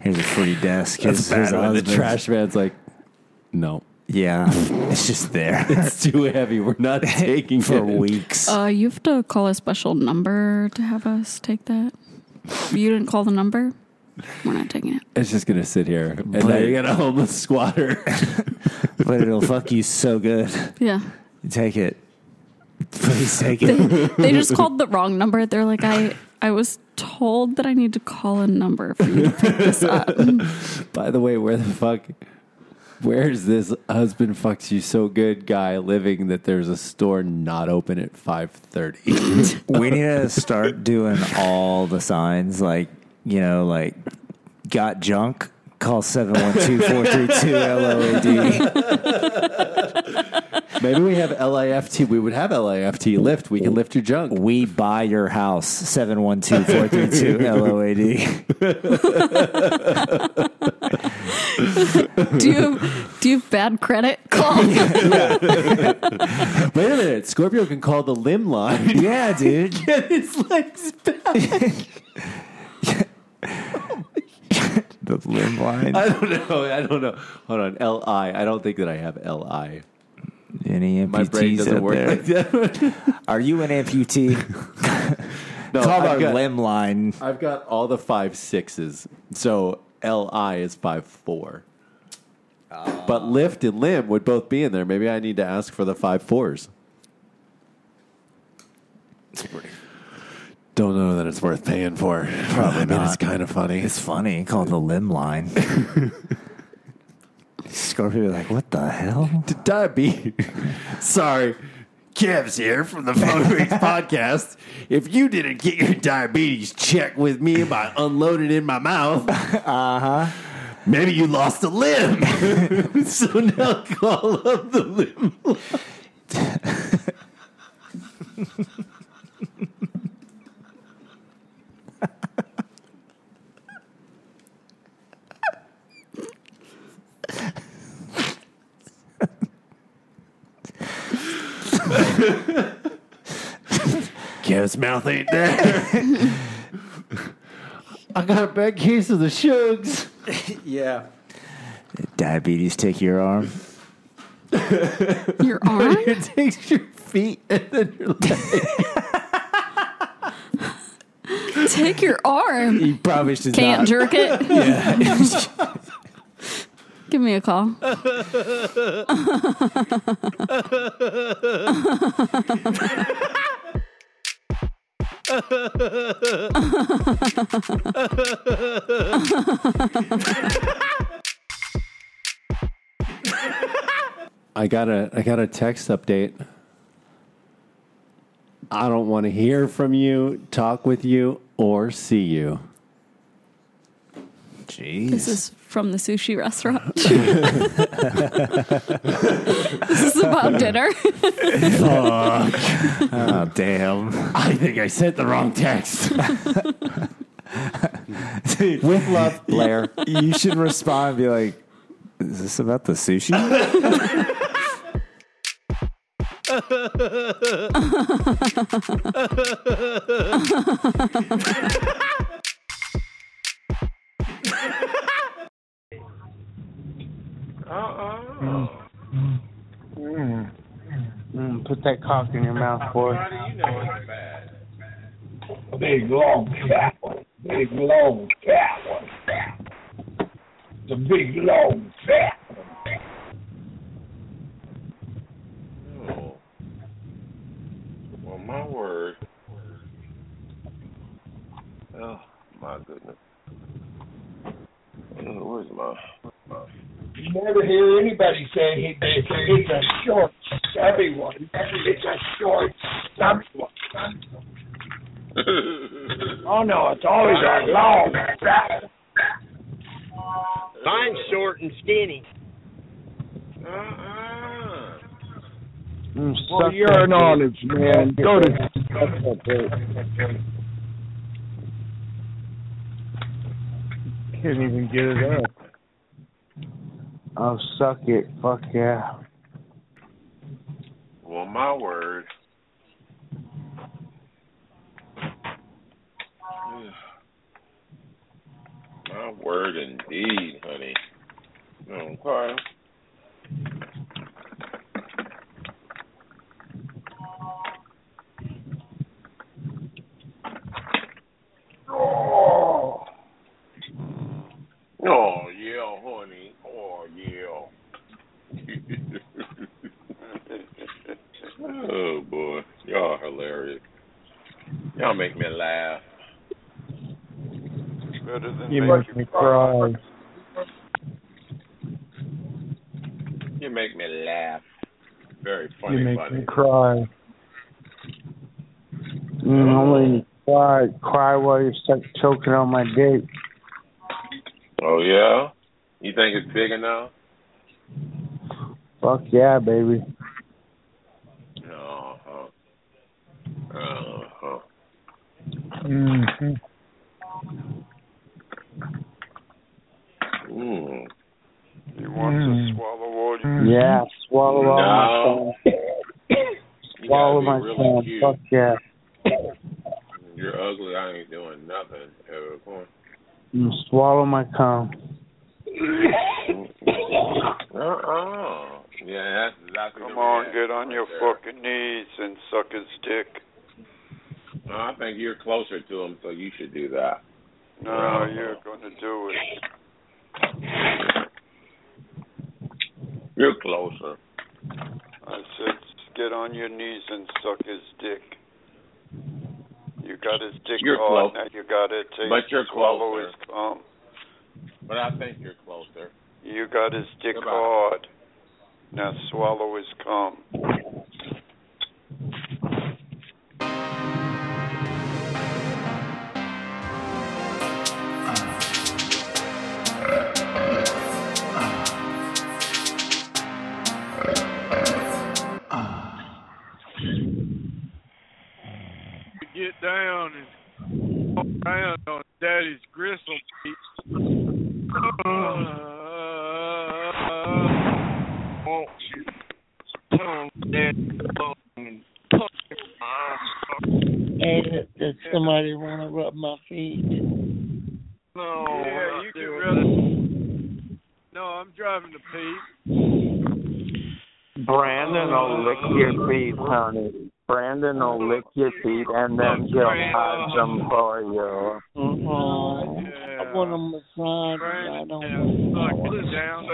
Speaker 5: Here's a free desk.
Speaker 3: That's
Speaker 5: Here's, here's
Speaker 3: bad
Speaker 5: a
Speaker 3: when the
Speaker 5: husband.
Speaker 3: trash man's like, no. *laughs*
Speaker 5: Yeah, it's just there.
Speaker 3: It's too heavy. We're
Speaker 5: *laughs*
Speaker 3: not taking
Speaker 5: For
Speaker 3: it.
Speaker 5: weeks.
Speaker 4: Uh, you have to call a special number to have us take that. If you didn't call the number, we're not taking it.
Speaker 3: It's just gonna sit here, and
Speaker 5: But-
Speaker 3: now you got a homeless squatter.
Speaker 5: *laughs*
Speaker 3: *laughs*
Speaker 5: but it'll fuck you so good.
Speaker 4: Yeah.
Speaker 5: Take it. Please take
Speaker 4: They,
Speaker 5: it.
Speaker 4: they just
Speaker 5: *laughs*
Speaker 4: called the wrong number. They're like, I, I was told that I need to call a number for you to pick this up.
Speaker 3: By the way, where the fuck? Where's this husband fucks you so good guy living that there's a store not open at five thirty?
Speaker 5: we need to start doing all the signs like you know like got junk call 712-432-LOAD
Speaker 3: Maybe we have LAFT. We would have LAFT lift. We can lift your junk.
Speaker 5: We buy your house. 712 432
Speaker 3: *laughs*
Speaker 4: *laughs*
Speaker 5: LOAD.
Speaker 4: do you have, do you have bad credit? *laughs* Call.
Speaker 3: *laughs* Wait a minute. Scorpio can call the limb *laughs* line.
Speaker 5: Yeah, dude.
Speaker 3: *laughs* Get his legs back.
Speaker 5: The limb line.
Speaker 3: I don't know. I don't know. Hold on. LI. I don't think that I have LI.
Speaker 5: Any amputees
Speaker 3: My brain doesn't
Speaker 5: out
Speaker 3: work
Speaker 5: there?
Speaker 3: like that. *laughs*
Speaker 5: Are you an *laughs* amputee?
Speaker 3: No,
Speaker 5: Call
Speaker 3: I've
Speaker 5: our
Speaker 3: got-
Speaker 5: limb line.
Speaker 3: I've got all the five sixes. So LI is five four.
Speaker 5: Ah.
Speaker 3: But lift and limb would both be in there. Maybe I need to ask for the five fours. Don't know that it's worth paying for. Probably I mean, It's kind of funny.
Speaker 5: It's funny. Called the limb line. *laughs* Scorpio, like, what the hell?
Speaker 3: Diabetes. *laughs* Sorry. Kev's here from the *laughs* Phone Freaks podcast. If you didn't get your diabetes checked with me by unloading in my mouth, uh huh, maybe you lost a limb. *laughs* so now call up *laughs* the limb. line. Kev's mouth ain't there. *laughs* I got a bad case of the shugs. *laughs* yeah.
Speaker 5: *laughs* Diabetes take your
Speaker 3: *laughs*
Speaker 5: arm?
Speaker 4: Your arm?
Speaker 3: it takes your feet and then your legs.
Speaker 4: Take your arm.
Speaker 5: You probably should
Speaker 4: Can't
Speaker 5: not.
Speaker 4: jerk
Speaker 3: *laughs*
Speaker 4: it.
Speaker 5: *laughs* Yeah.
Speaker 4: *laughs* Give me a call.
Speaker 3: I got a I got a text update. I don't want to hear from you, talk with you, or see you. Jeez.
Speaker 4: This is from the sushi
Speaker 5: *laughs*
Speaker 4: restaurant. *laughs*
Speaker 3: *laughs*
Speaker 4: this is about dinner. *laughs*
Speaker 3: Fuck.
Speaker 5: oh, damn.
Speaker 3: I think I sent the wrong text.
Speaker 5: *laughs* With love, Blair. You should respond and be like, is this about the sushi?
Speaker 10: Uh-uh.
Speaker 2: Mm. Mm, put that cock in your mouth, boy.
Speaker 10: How do you know it's bad?
Speaker 2: Big long fat one. Big long fat one. The big long fat
Speaker 9: Oh. Well, my word. Oh, my goodness. Oh, where's my. my
Speaker 10: You never hear anybody say he, they say it's a short, stubby one. It's a short, stubby
Speaker 19: *laughs*
Speaker 10: one. Oh no, it's always a long. fat
Speaker 15: Mine's short and skinny.
Speaker 9: Uh-uh.
Speaker 2: one. Mm,
Speaker 10: Well,
Speaker 2: suck
Speaker 10: you're
Speaker 2: that
Speaker 10: an
Speaker 2: dick.
Speaker 10: olive, man.
Speaker 2: Go to.
Speaker 10: Can't even get it up.
Speaker 2: Oh, suck it. Fuck yeah.
Speaker 9: well, my word. *sighs* Ugh. My word indeed, honey. No, Carl. Oh yeah, honey. Oh yeah. oh boy, y'all are hilarious. Y'all make me laugh. Better than
Speaker 10: You
Speaker 9: making-
Speaker 10: make me cry.
Speaker 9: You make me laugh. Very funny,
Speaker 10: You make
Speaker 9: buddy.
Speaker 10: me cry.
Speaker 2: Mm, I'm gonna cry. Cry while you're stuck choking on my dick.
Speaker 9: Oh yeah. You think it's big enough?
Speaker 2: Fuck yeah, baby.
Speaker 9: Uh,
Speaker 10: Mm-hmm.
Speaker 14: Mhm.
Speaker 9: mm.
Speaker 19: You want
Speaker 10: Mm.
Speaker 19: to swallow all
Speaker 2: you- Yeah, swallow all my
Speaker 9: *laughs* You gotta
Speaker 2: Swallow
Speaker 9: be
Speaker 2: my
Speaker 9: really
Speaker 2: son.
Speaker 9: cute.
Speaker 2: Fuck yeah.
Speaker 9: You're ugly. I ain't doing nothing. Ever going.
Speaker 2: You Mm, swallow my cum.
Speaker 9: Uh-uh. Yeah, that's exactly
Speaker 19: Come
Speaker 9: the
Speaker 19: on,
Speaker 9: reaction
Speaker 19: get on
Speaker 9: right
Speaker 19: your
Speaker 9: there.
Speaker 19: fucking knees and suck his dick.
Speaker 9: No, I think you're closer to him, so you should do that. Uh,
Speaker 19: No, you're gonna do it.
Speaker 9: You're closer.
Speaker 19: I said, get on your knees and suck his dick. You got his dick
Speaker 9: You're
Speaker 19: hard,
Speaker 9: close.
Speaker 19: now you gotta take
Speaker 9: But you're
Speaker 19: swallow
Speaker 9: closer.
Speaker 19: his cum.
Speaker 9: But I think you're closer.
Speaker 19: You got his dick
Speaker 9: Goodbye.
Speaker 19: hard. Now swallow his cum.
Speaker 9: Get down
Speaker 19: and
Speaker 9: walk around on Daddy's gristle Uh, meat.
Speaker 19: Won't you come down and punch him in my arms?
Speaker 2: Hey, does- does somebody want to rub my feet?
Speaker 19: No,
Speaker 9: Yeah, you
Speaker 19: can
Speaker 9: No, I'm driving to Pete.
Speaker 2: Brandon will lick your feet, honey. Brandon will lick your feet and then he'll hide them for you.
Speaker 19: I
Speaker 9: Mm-hmm.
Speaker 19: want a massage. I don't want down.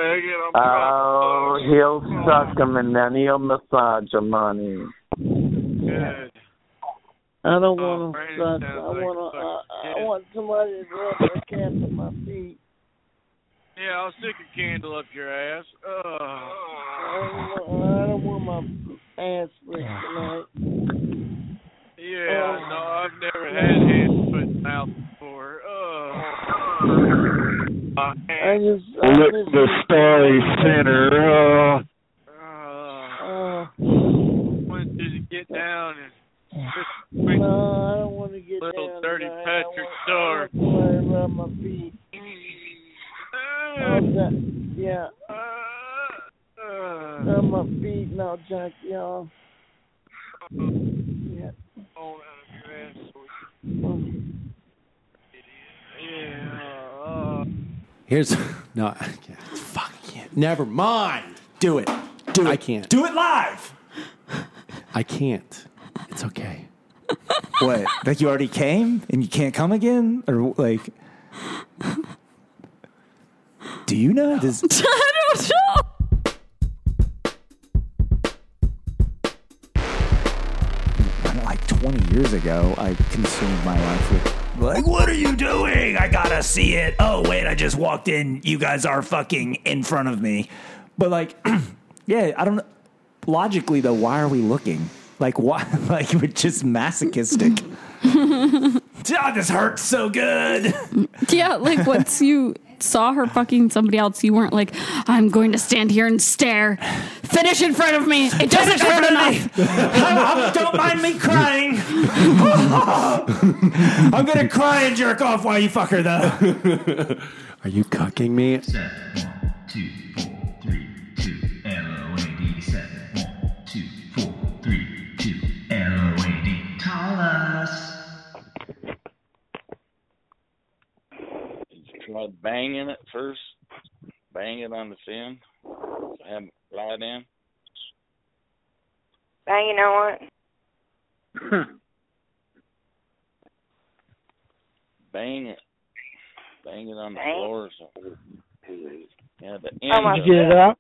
Speaker 2: Oh, he'll suck them and then he'll massage them, honey.
Speaker 19: I don't
Speaker 9: Oh,
Speaker 2: want
Speaker 19: to
Speaker 2: suck.
Speaker 19: I
Speaker 2: want
Speaker 19: to.
Speaker 2: uh, I want somebody to rub their cat to my feet.
Speaker 9: Yeah, I'll stick a candle up your ass.
Speaker 2: Oh, I don't want my ass licked tonight. Oh.
Speaker 9: Yeah, no, I've never had hands put in mouth before. Uh,
Speaker 2: I just, I
Speaker 14: Lick
Speaker 2: just,
Speaker 14: the starry center. Uh,
Speaker 2: uh,
Speaker 9: wanted you to get down and
Speaker 2: *sighs* no, I don't want to get
Speaker 9: little
Speaker 2: down
Speaker 9: dirty
Speaker 2: tonight.
Speaker 9: Patrick
Speaker 2: I
Speaker 9: Star.
Speaker 2: want somebody to rub my feet. How's that? Yeah.
Speaker 9: Uh,
Speaker 2: Rub my feet now, junk, y'all.
Speaker 9: Uh-huh.
Speaker 2: Yeah.
Speaker 3: Here's *laughs* no, I can't. Fuck it. Never mind. Do it. Do it. I can't.
Speaker 5: Do it live.
Speaker 3: *laughs* I can't. It's okay. *laughs*
Speaker 5: What? Like you already came and you can't come again, or like? Do you know? Does,
Speaker 4: I don't know.
Speaker 5: I don't- like 20 years ago, I consumed my life with like, what are you doing? I gotta see it. Oh wait, I just walked in. You guys are fucking in front of me. But like, *clears throat* yeah, I don't. Logically though, why are we looking? Like why? *laughs* Like we're just masochistic. *laughs* God, this hurts so good.
Speaker 4: Yeah, like once you saw her fucking somebody else, you weren't like, I'm going to stand here and stare. Finish in front of me. It doesn't
Speaker 5: Finish in
Speaker 4: hurt
Speaker 5: front
Speaker 4: enough.
Speaker 5: don't mind
Speaker 1: *laughs*
Speaker 5: me crying. I'm gonna cry and jerk off while you fuck her though.
Speaker 3: Are you cucking me?
Speaker 6: Call us.
Speaker 20: Try banging it first. Bang it on the fin. Have it slide in.
Speaker 21: Now you know what?
Speaker 20: Bang it. Bang it on the
Speaker 21: Bang?
Speaker 20: floor or something. Yeah, the end.
Speaker 21: Oh, my
Speaker 20: of
Speaker 21: Did you get it
Speaker 20: that.
Speaker 21: up?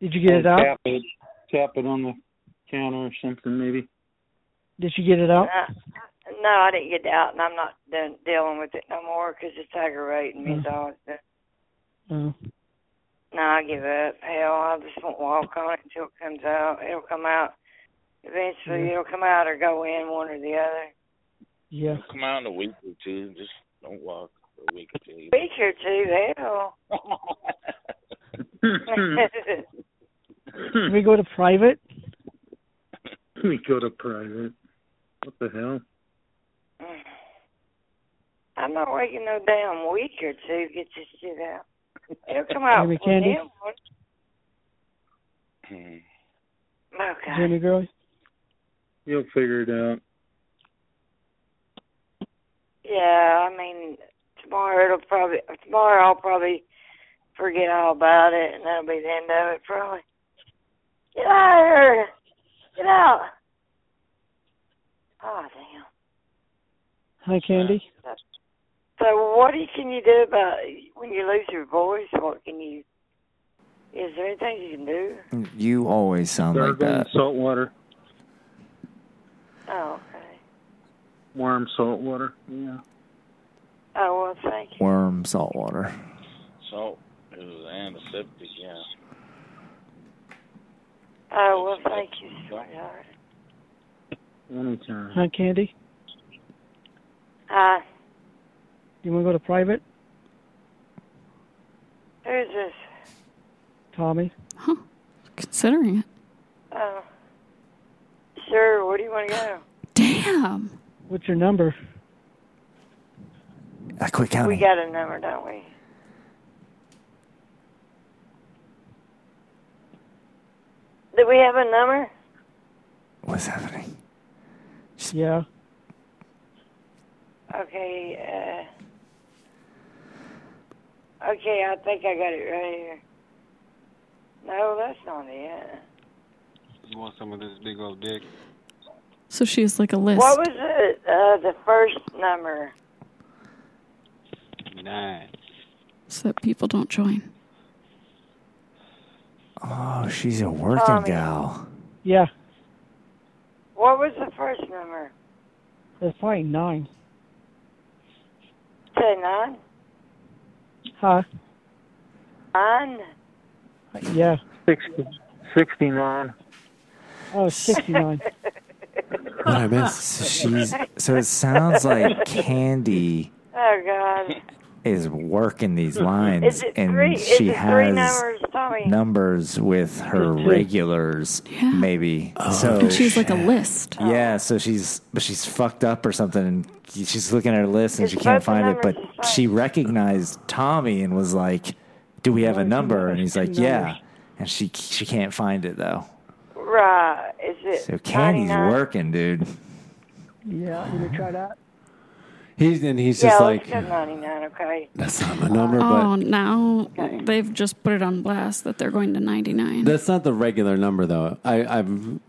Speaker 22: Did you get it out?
Speaker 20: Tap it, tap it on the counter or something, maybe.
Speaker 22: Did you get it out?
Speaker 21: Uh, no, I didn't get out, and I'm not done dealing with it no more 'cause it's aggravating
Speaker 22: Mm.
Speaker 21: me. So I said,
Speaker 22: Oh.
Speaker 21: no, I give up. Hell, I just won't walk on it until it comes out. It'll come out eventually.
Speaker 22: Yeah.
Speaker 21: It'll come out or go in one or the other.
Speaker 22: Yeah.
Speaker 20: Come out in a week or two. Just don't walk for a week or two.
Speaker 21: Week or two, hell.
Speaker 22: *laughs*
Speaker 20: Hmm.
Speaker 22: Can we go to private?
Speaker 20: *clears throat* we go to private. What the hell?
Speaker 21: I'm not waiting no damn week or two to get this shit out. It'll come out.
Speaker 22: Maybe
Speaker 21: for
Speaker 22: candy?
Speaker 21: them. Oh, God.
Speaker 22: Jimmy girl.
Speaker 20: You'll figure it out.
Speaker 21: Yeah, I mean, tomorrow it'll probably, tomorrow I'll probably forget all about it, and that'll be the end of it, probably. Get out of here! Get out! Oh, damn.
Speaker 22: Hi, Candy.
Speaker 21: So, what do you- can you do about when you lose your voice? What can you? Is there anything you can do?
Speaker 5: You always sound like
Speaker 20: Gargle in
Speaker 5: that.
Speaker 20: Salt water,
Speaker 21: Oh, okay.
Speaker 20: warm salt water. Yeah.
Speaker 21: Oh well, thank you.
Speaker 5: Worm salt water.
Speaker 20: Salt is an antiseptic. Yeah.
Speaker 21: Oh well, thank you, sweetheart.
Speaker 20: Anytime.
Speaker 22: Hi, Candy.
Speaker 21: Uh,
Speaker 22: You want to go to private,
Speaker 21: who's this?
Speaker 22: Tommy?
Speaker 4: Huh. Considering it.
Speaker 21: Oh, sure. Where do you want to go?
Speaker 4: Damn.
Speaker 22: What's your number?
Speaker 5: I quit
Speaker 21: We got a number, don't we? Do we have a number?
Speaker 5: What's happening?
Speaker 22: Yeah.
Speaker 21: Okay. Uh, okay, I think I got it right here. No, that's not it.
Speaker 20: You want some of this big old dick?
Speaker 4: So she has like a list.
Speaker 21: What was it? Uh, the first number.
Speaker 20: Nine.
Speaker 4: so that people don't join.
Speaker 5: Oh, she's a working
Speaker 21: Tommy.
Speaker 5: gal.
Speaker 22: Yeah,
Speaker 21: What was the first number?
Speaker 22: that's probably nine.
Speaker 21: Say nine.
Speaker 22: Huh?
Speaker 21: Nine.
Speaker 22: Yeah.
Speaker 16: 60, 69.
Speaker 22: Oh, 69.
Speaker 5: What I missed. She's so it sounds like Candy
Speaker 21: *laughs* Oh God.
Speaker 5: is working these lines,
Speaker 21: Is it
Speaker 5: and
Speaker 21: three- is
Speaker 5: she
Speaker 21: it three
Speaker 5: has
Speaker 21: numbers, Tommy?
Speaker 5: numbers with her regulars, maybe. So
Speaker 4: and she has like a list.
Speaker 5: Yeah, so she's but she's fucked up or something, and she's looking at her list and
Speaker 4: It's
Speaker 5: she can't
Speaker 4: both the
Speaker 5: find it. But
Speaker 4: numbers is
Speaker 5: she recognized Tommy and was like, "Do we have a number?" And he's like,
Speaker 21: two
Speaker 5: "Yeah,"
Speaker 21: numbers.
Speaker 5: and she she can't find it though.
Speaker 21: Right. Is it?
Speaker 5: So Candy's
Speaker 21: 99?
Speaker 5: working, dude.
Speaker 22: Yeah, you gonna try that?
Speaker 3: He's and he's
Speaker 21: yeah,
Speaker 3: just
Speaker 21: let's
Speaker 3: like
Speaker 21: go ninety-nine. Okay.
Speaker 3: that's not my number,
Speaker 4: Oh,
Speaker 3: but
Speaker 4: now they've just put it on blast that they're going to 99.
Speaker 3: that's not the regular number though. I I've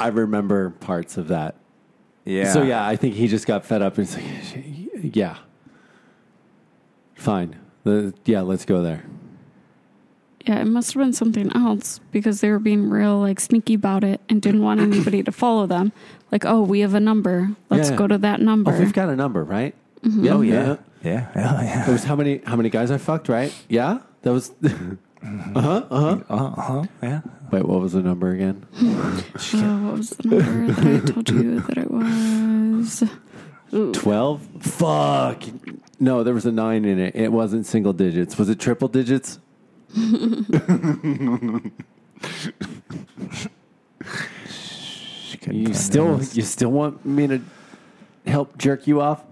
Speaker 3: I remember parts of that.
Speaker 5: Yeah.
Speaker 3: So yeah, I think he just got fed up and he's like, yeah, fine, The- yeah, let's go there.
Speaker 4: yeah, it must have been something else because they were being real like sneaky about it and didn't want anybody to follow them. Like, oh, we have a number. Let's
Speaker 3: Yeah.
Speaker 4: go to that number.
Speaker 3: Oh, we've got a number, right?
Speaker 4: Mhm.
Speaker 5: Oh, yeah. yeah, yeah,
Speaker 3: It was how many how many guys I fucked, right? Yeah, that was. *laughs* uh huh. Uh huh.
Speaker 5: Uh huh. Mm-hmm. Yeah.
Speaker 3: Wait, what was the number again?
Speaker 4: *laughs* Oh, what was the number that I told you that it was? Ooh.
Speaker 3: Twelve. Fuck. No, there was a nine in it. It wasn't single digits. Was it triple digits? you still you still want me to help jerk you off?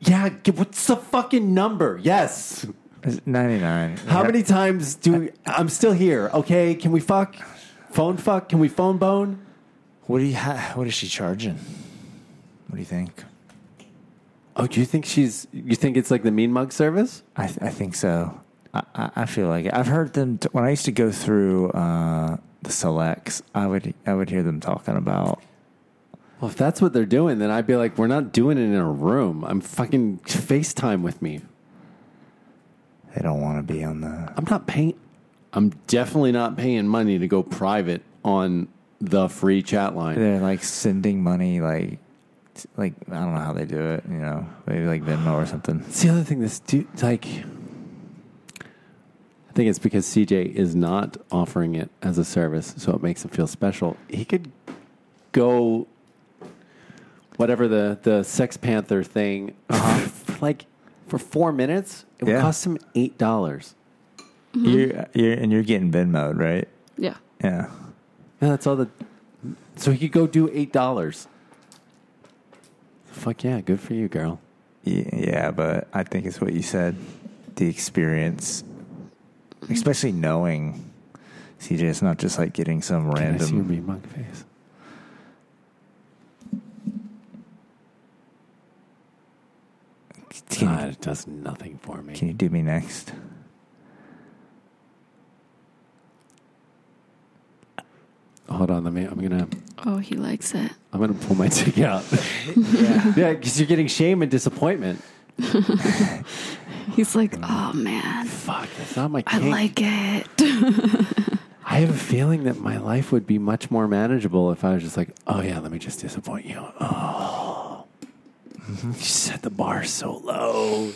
Speaker 3: Yeah. g- What's the fucking number? Yes.
Speaker 5: Ninety nine.
Speaker 3: How many times do we, I'm still here? Okay, can we fuck? Phone fuck? Can we phone bone?
Speaker 5: What do you? Ha- what is she charging? What do you think?
Speaker 3: Oh, do you think she's? You think it's like the mean mug service?
Speaker 5: I, th- I think so. I, I I feel like it. I've heard them t- when I used to go through uh, the selects. I would I would hear them talking about
Speaker 3: Well, if that's what they're doing, then I'd be like, we're not doing it in a room. I'm fucking FaceTime with me.
Speaker 5: they don't want to be on the.
Speaker 3: I'm not paying. I'm definitely not paying money to go private on the free chat line.
Speaker 5: They're like sending money like t- like I don't know how they do it. You know, maybe like Venmo or something.
Speaker 3: It's the other thing. This dude, like, I think it's because CJ is not offering it as a service, so it makes him feel special. He
Speaker 5: *laughs*
Speaker 3: could go whatever the the Sex Panther thing, for *laughs* like for four minutes. It would
Speaker 5: Uh-huh. Yeah.
Speaker 3: cost him eight dollars.
Speaker 5: Mm-hmm.
Speaker 3: Mm-hmm.
Speaker 5: You're, you're and you're getting Venmoed, right?
Speaker 4: Yeah.
Speaker 5: Yeah.
Speaker 3: Yeah, that's all the So he could go do eight dollars. Fuck yeah, good for you, girl.
Speaker 5: Yeah, yeah, but I think it's what you said. The experience, especially knowing CJ, it's not just like getting some
Speaker 3: Can I see your
Speaker 5: random.
Speaker 3: mean mug face? God, Ah, it does nothing for me.
Speaker 5: Can you do me next?
Speaker 3: Hold on, let me. I'm gonna.
Speaker 4: Oh, he likes it. *laughs*
Speaker 3: I'm gonna pull my *laughs* dick out. yeah, yeah, because you're getting shame and disappointment.
Speaker 4: He's like, oh man,
Speaker 3: fuck, that's not my.
Speaker 4: I
Speaker 3: kink.
Speaker 4: like it. *laughs*
Speaker 3: I have a feeling that my life would be much more manageable if I was just like, oh yeah, let me just disappoint you. Oh, you set the bar so low.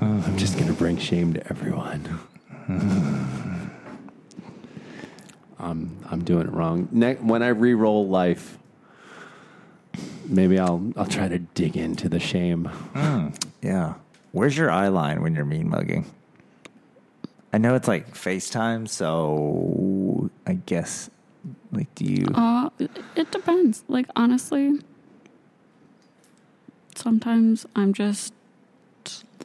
Speaker 3: I'm just gonna bring shame to everyone. I'm I'm doing it wrong. Ne- when I re-roll life, maybe I'll I'll try to dig into the shame.
Speaker 5: Yeah. Where's your eye line when you're mean mugging? I know it's like FaceTime, so I guess like do you
Speaker 4: uh, it depends. Like honestly, sometimes I'm just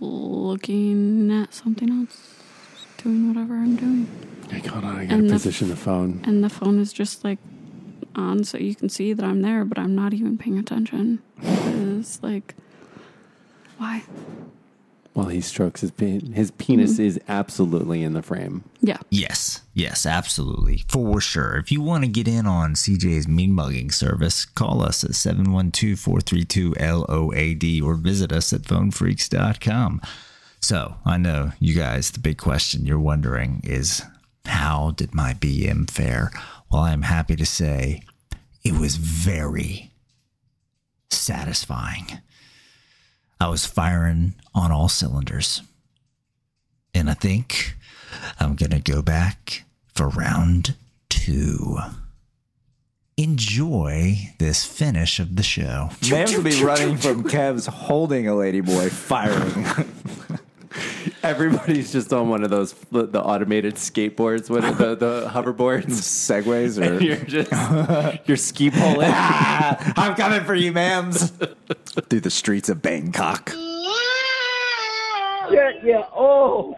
Speaker 4: looking at something else, doing whatever I'm doing,
Speaker 3: Like, hold on, I gotta
Speaker 4: And the-
Speaker 3: position the phone.
Speaker 4: and the phone is just like on, so you can see that I'm there, but I'm not even paying attention. It's like, why?
Speaker 3: While he strokes his pen, his penis
Speaker 4: Mhm.
Speaker 3: is absolutely in the frame.
Speaker 4: Yeah.
Speaker 18: Yes, yes, absolutely. For sure. If you want to get in on CJ's mean mugging service, call us at 712 432 LOAD or visit us at phonefreaks.com. So I know you guys, the big question you're wondering is how did my BM fare? Well, I'm happy to say it was very satisfying. I was firing on all cylinders. And I think I'm going to go back for round two. Enjoy this finish of the show.
Speaker 5: Mams will be running
Speaker 3: *laughs*
Speaker 5: from Kev's holding a ladyboy firing.
Speaker 3: Everybody's just on one of those the the automated skateboards, what are the the hoverboards,
Speaker 5: segways, or
Speaker 3: and you're just you're ski
Speaker 18: *laughs*
Speaker 3: pole in.
Speaker 5: I'm coming for you, Mams. Through the streets of Bangkok.
Speaker 6: Yeah, yeah. Oh.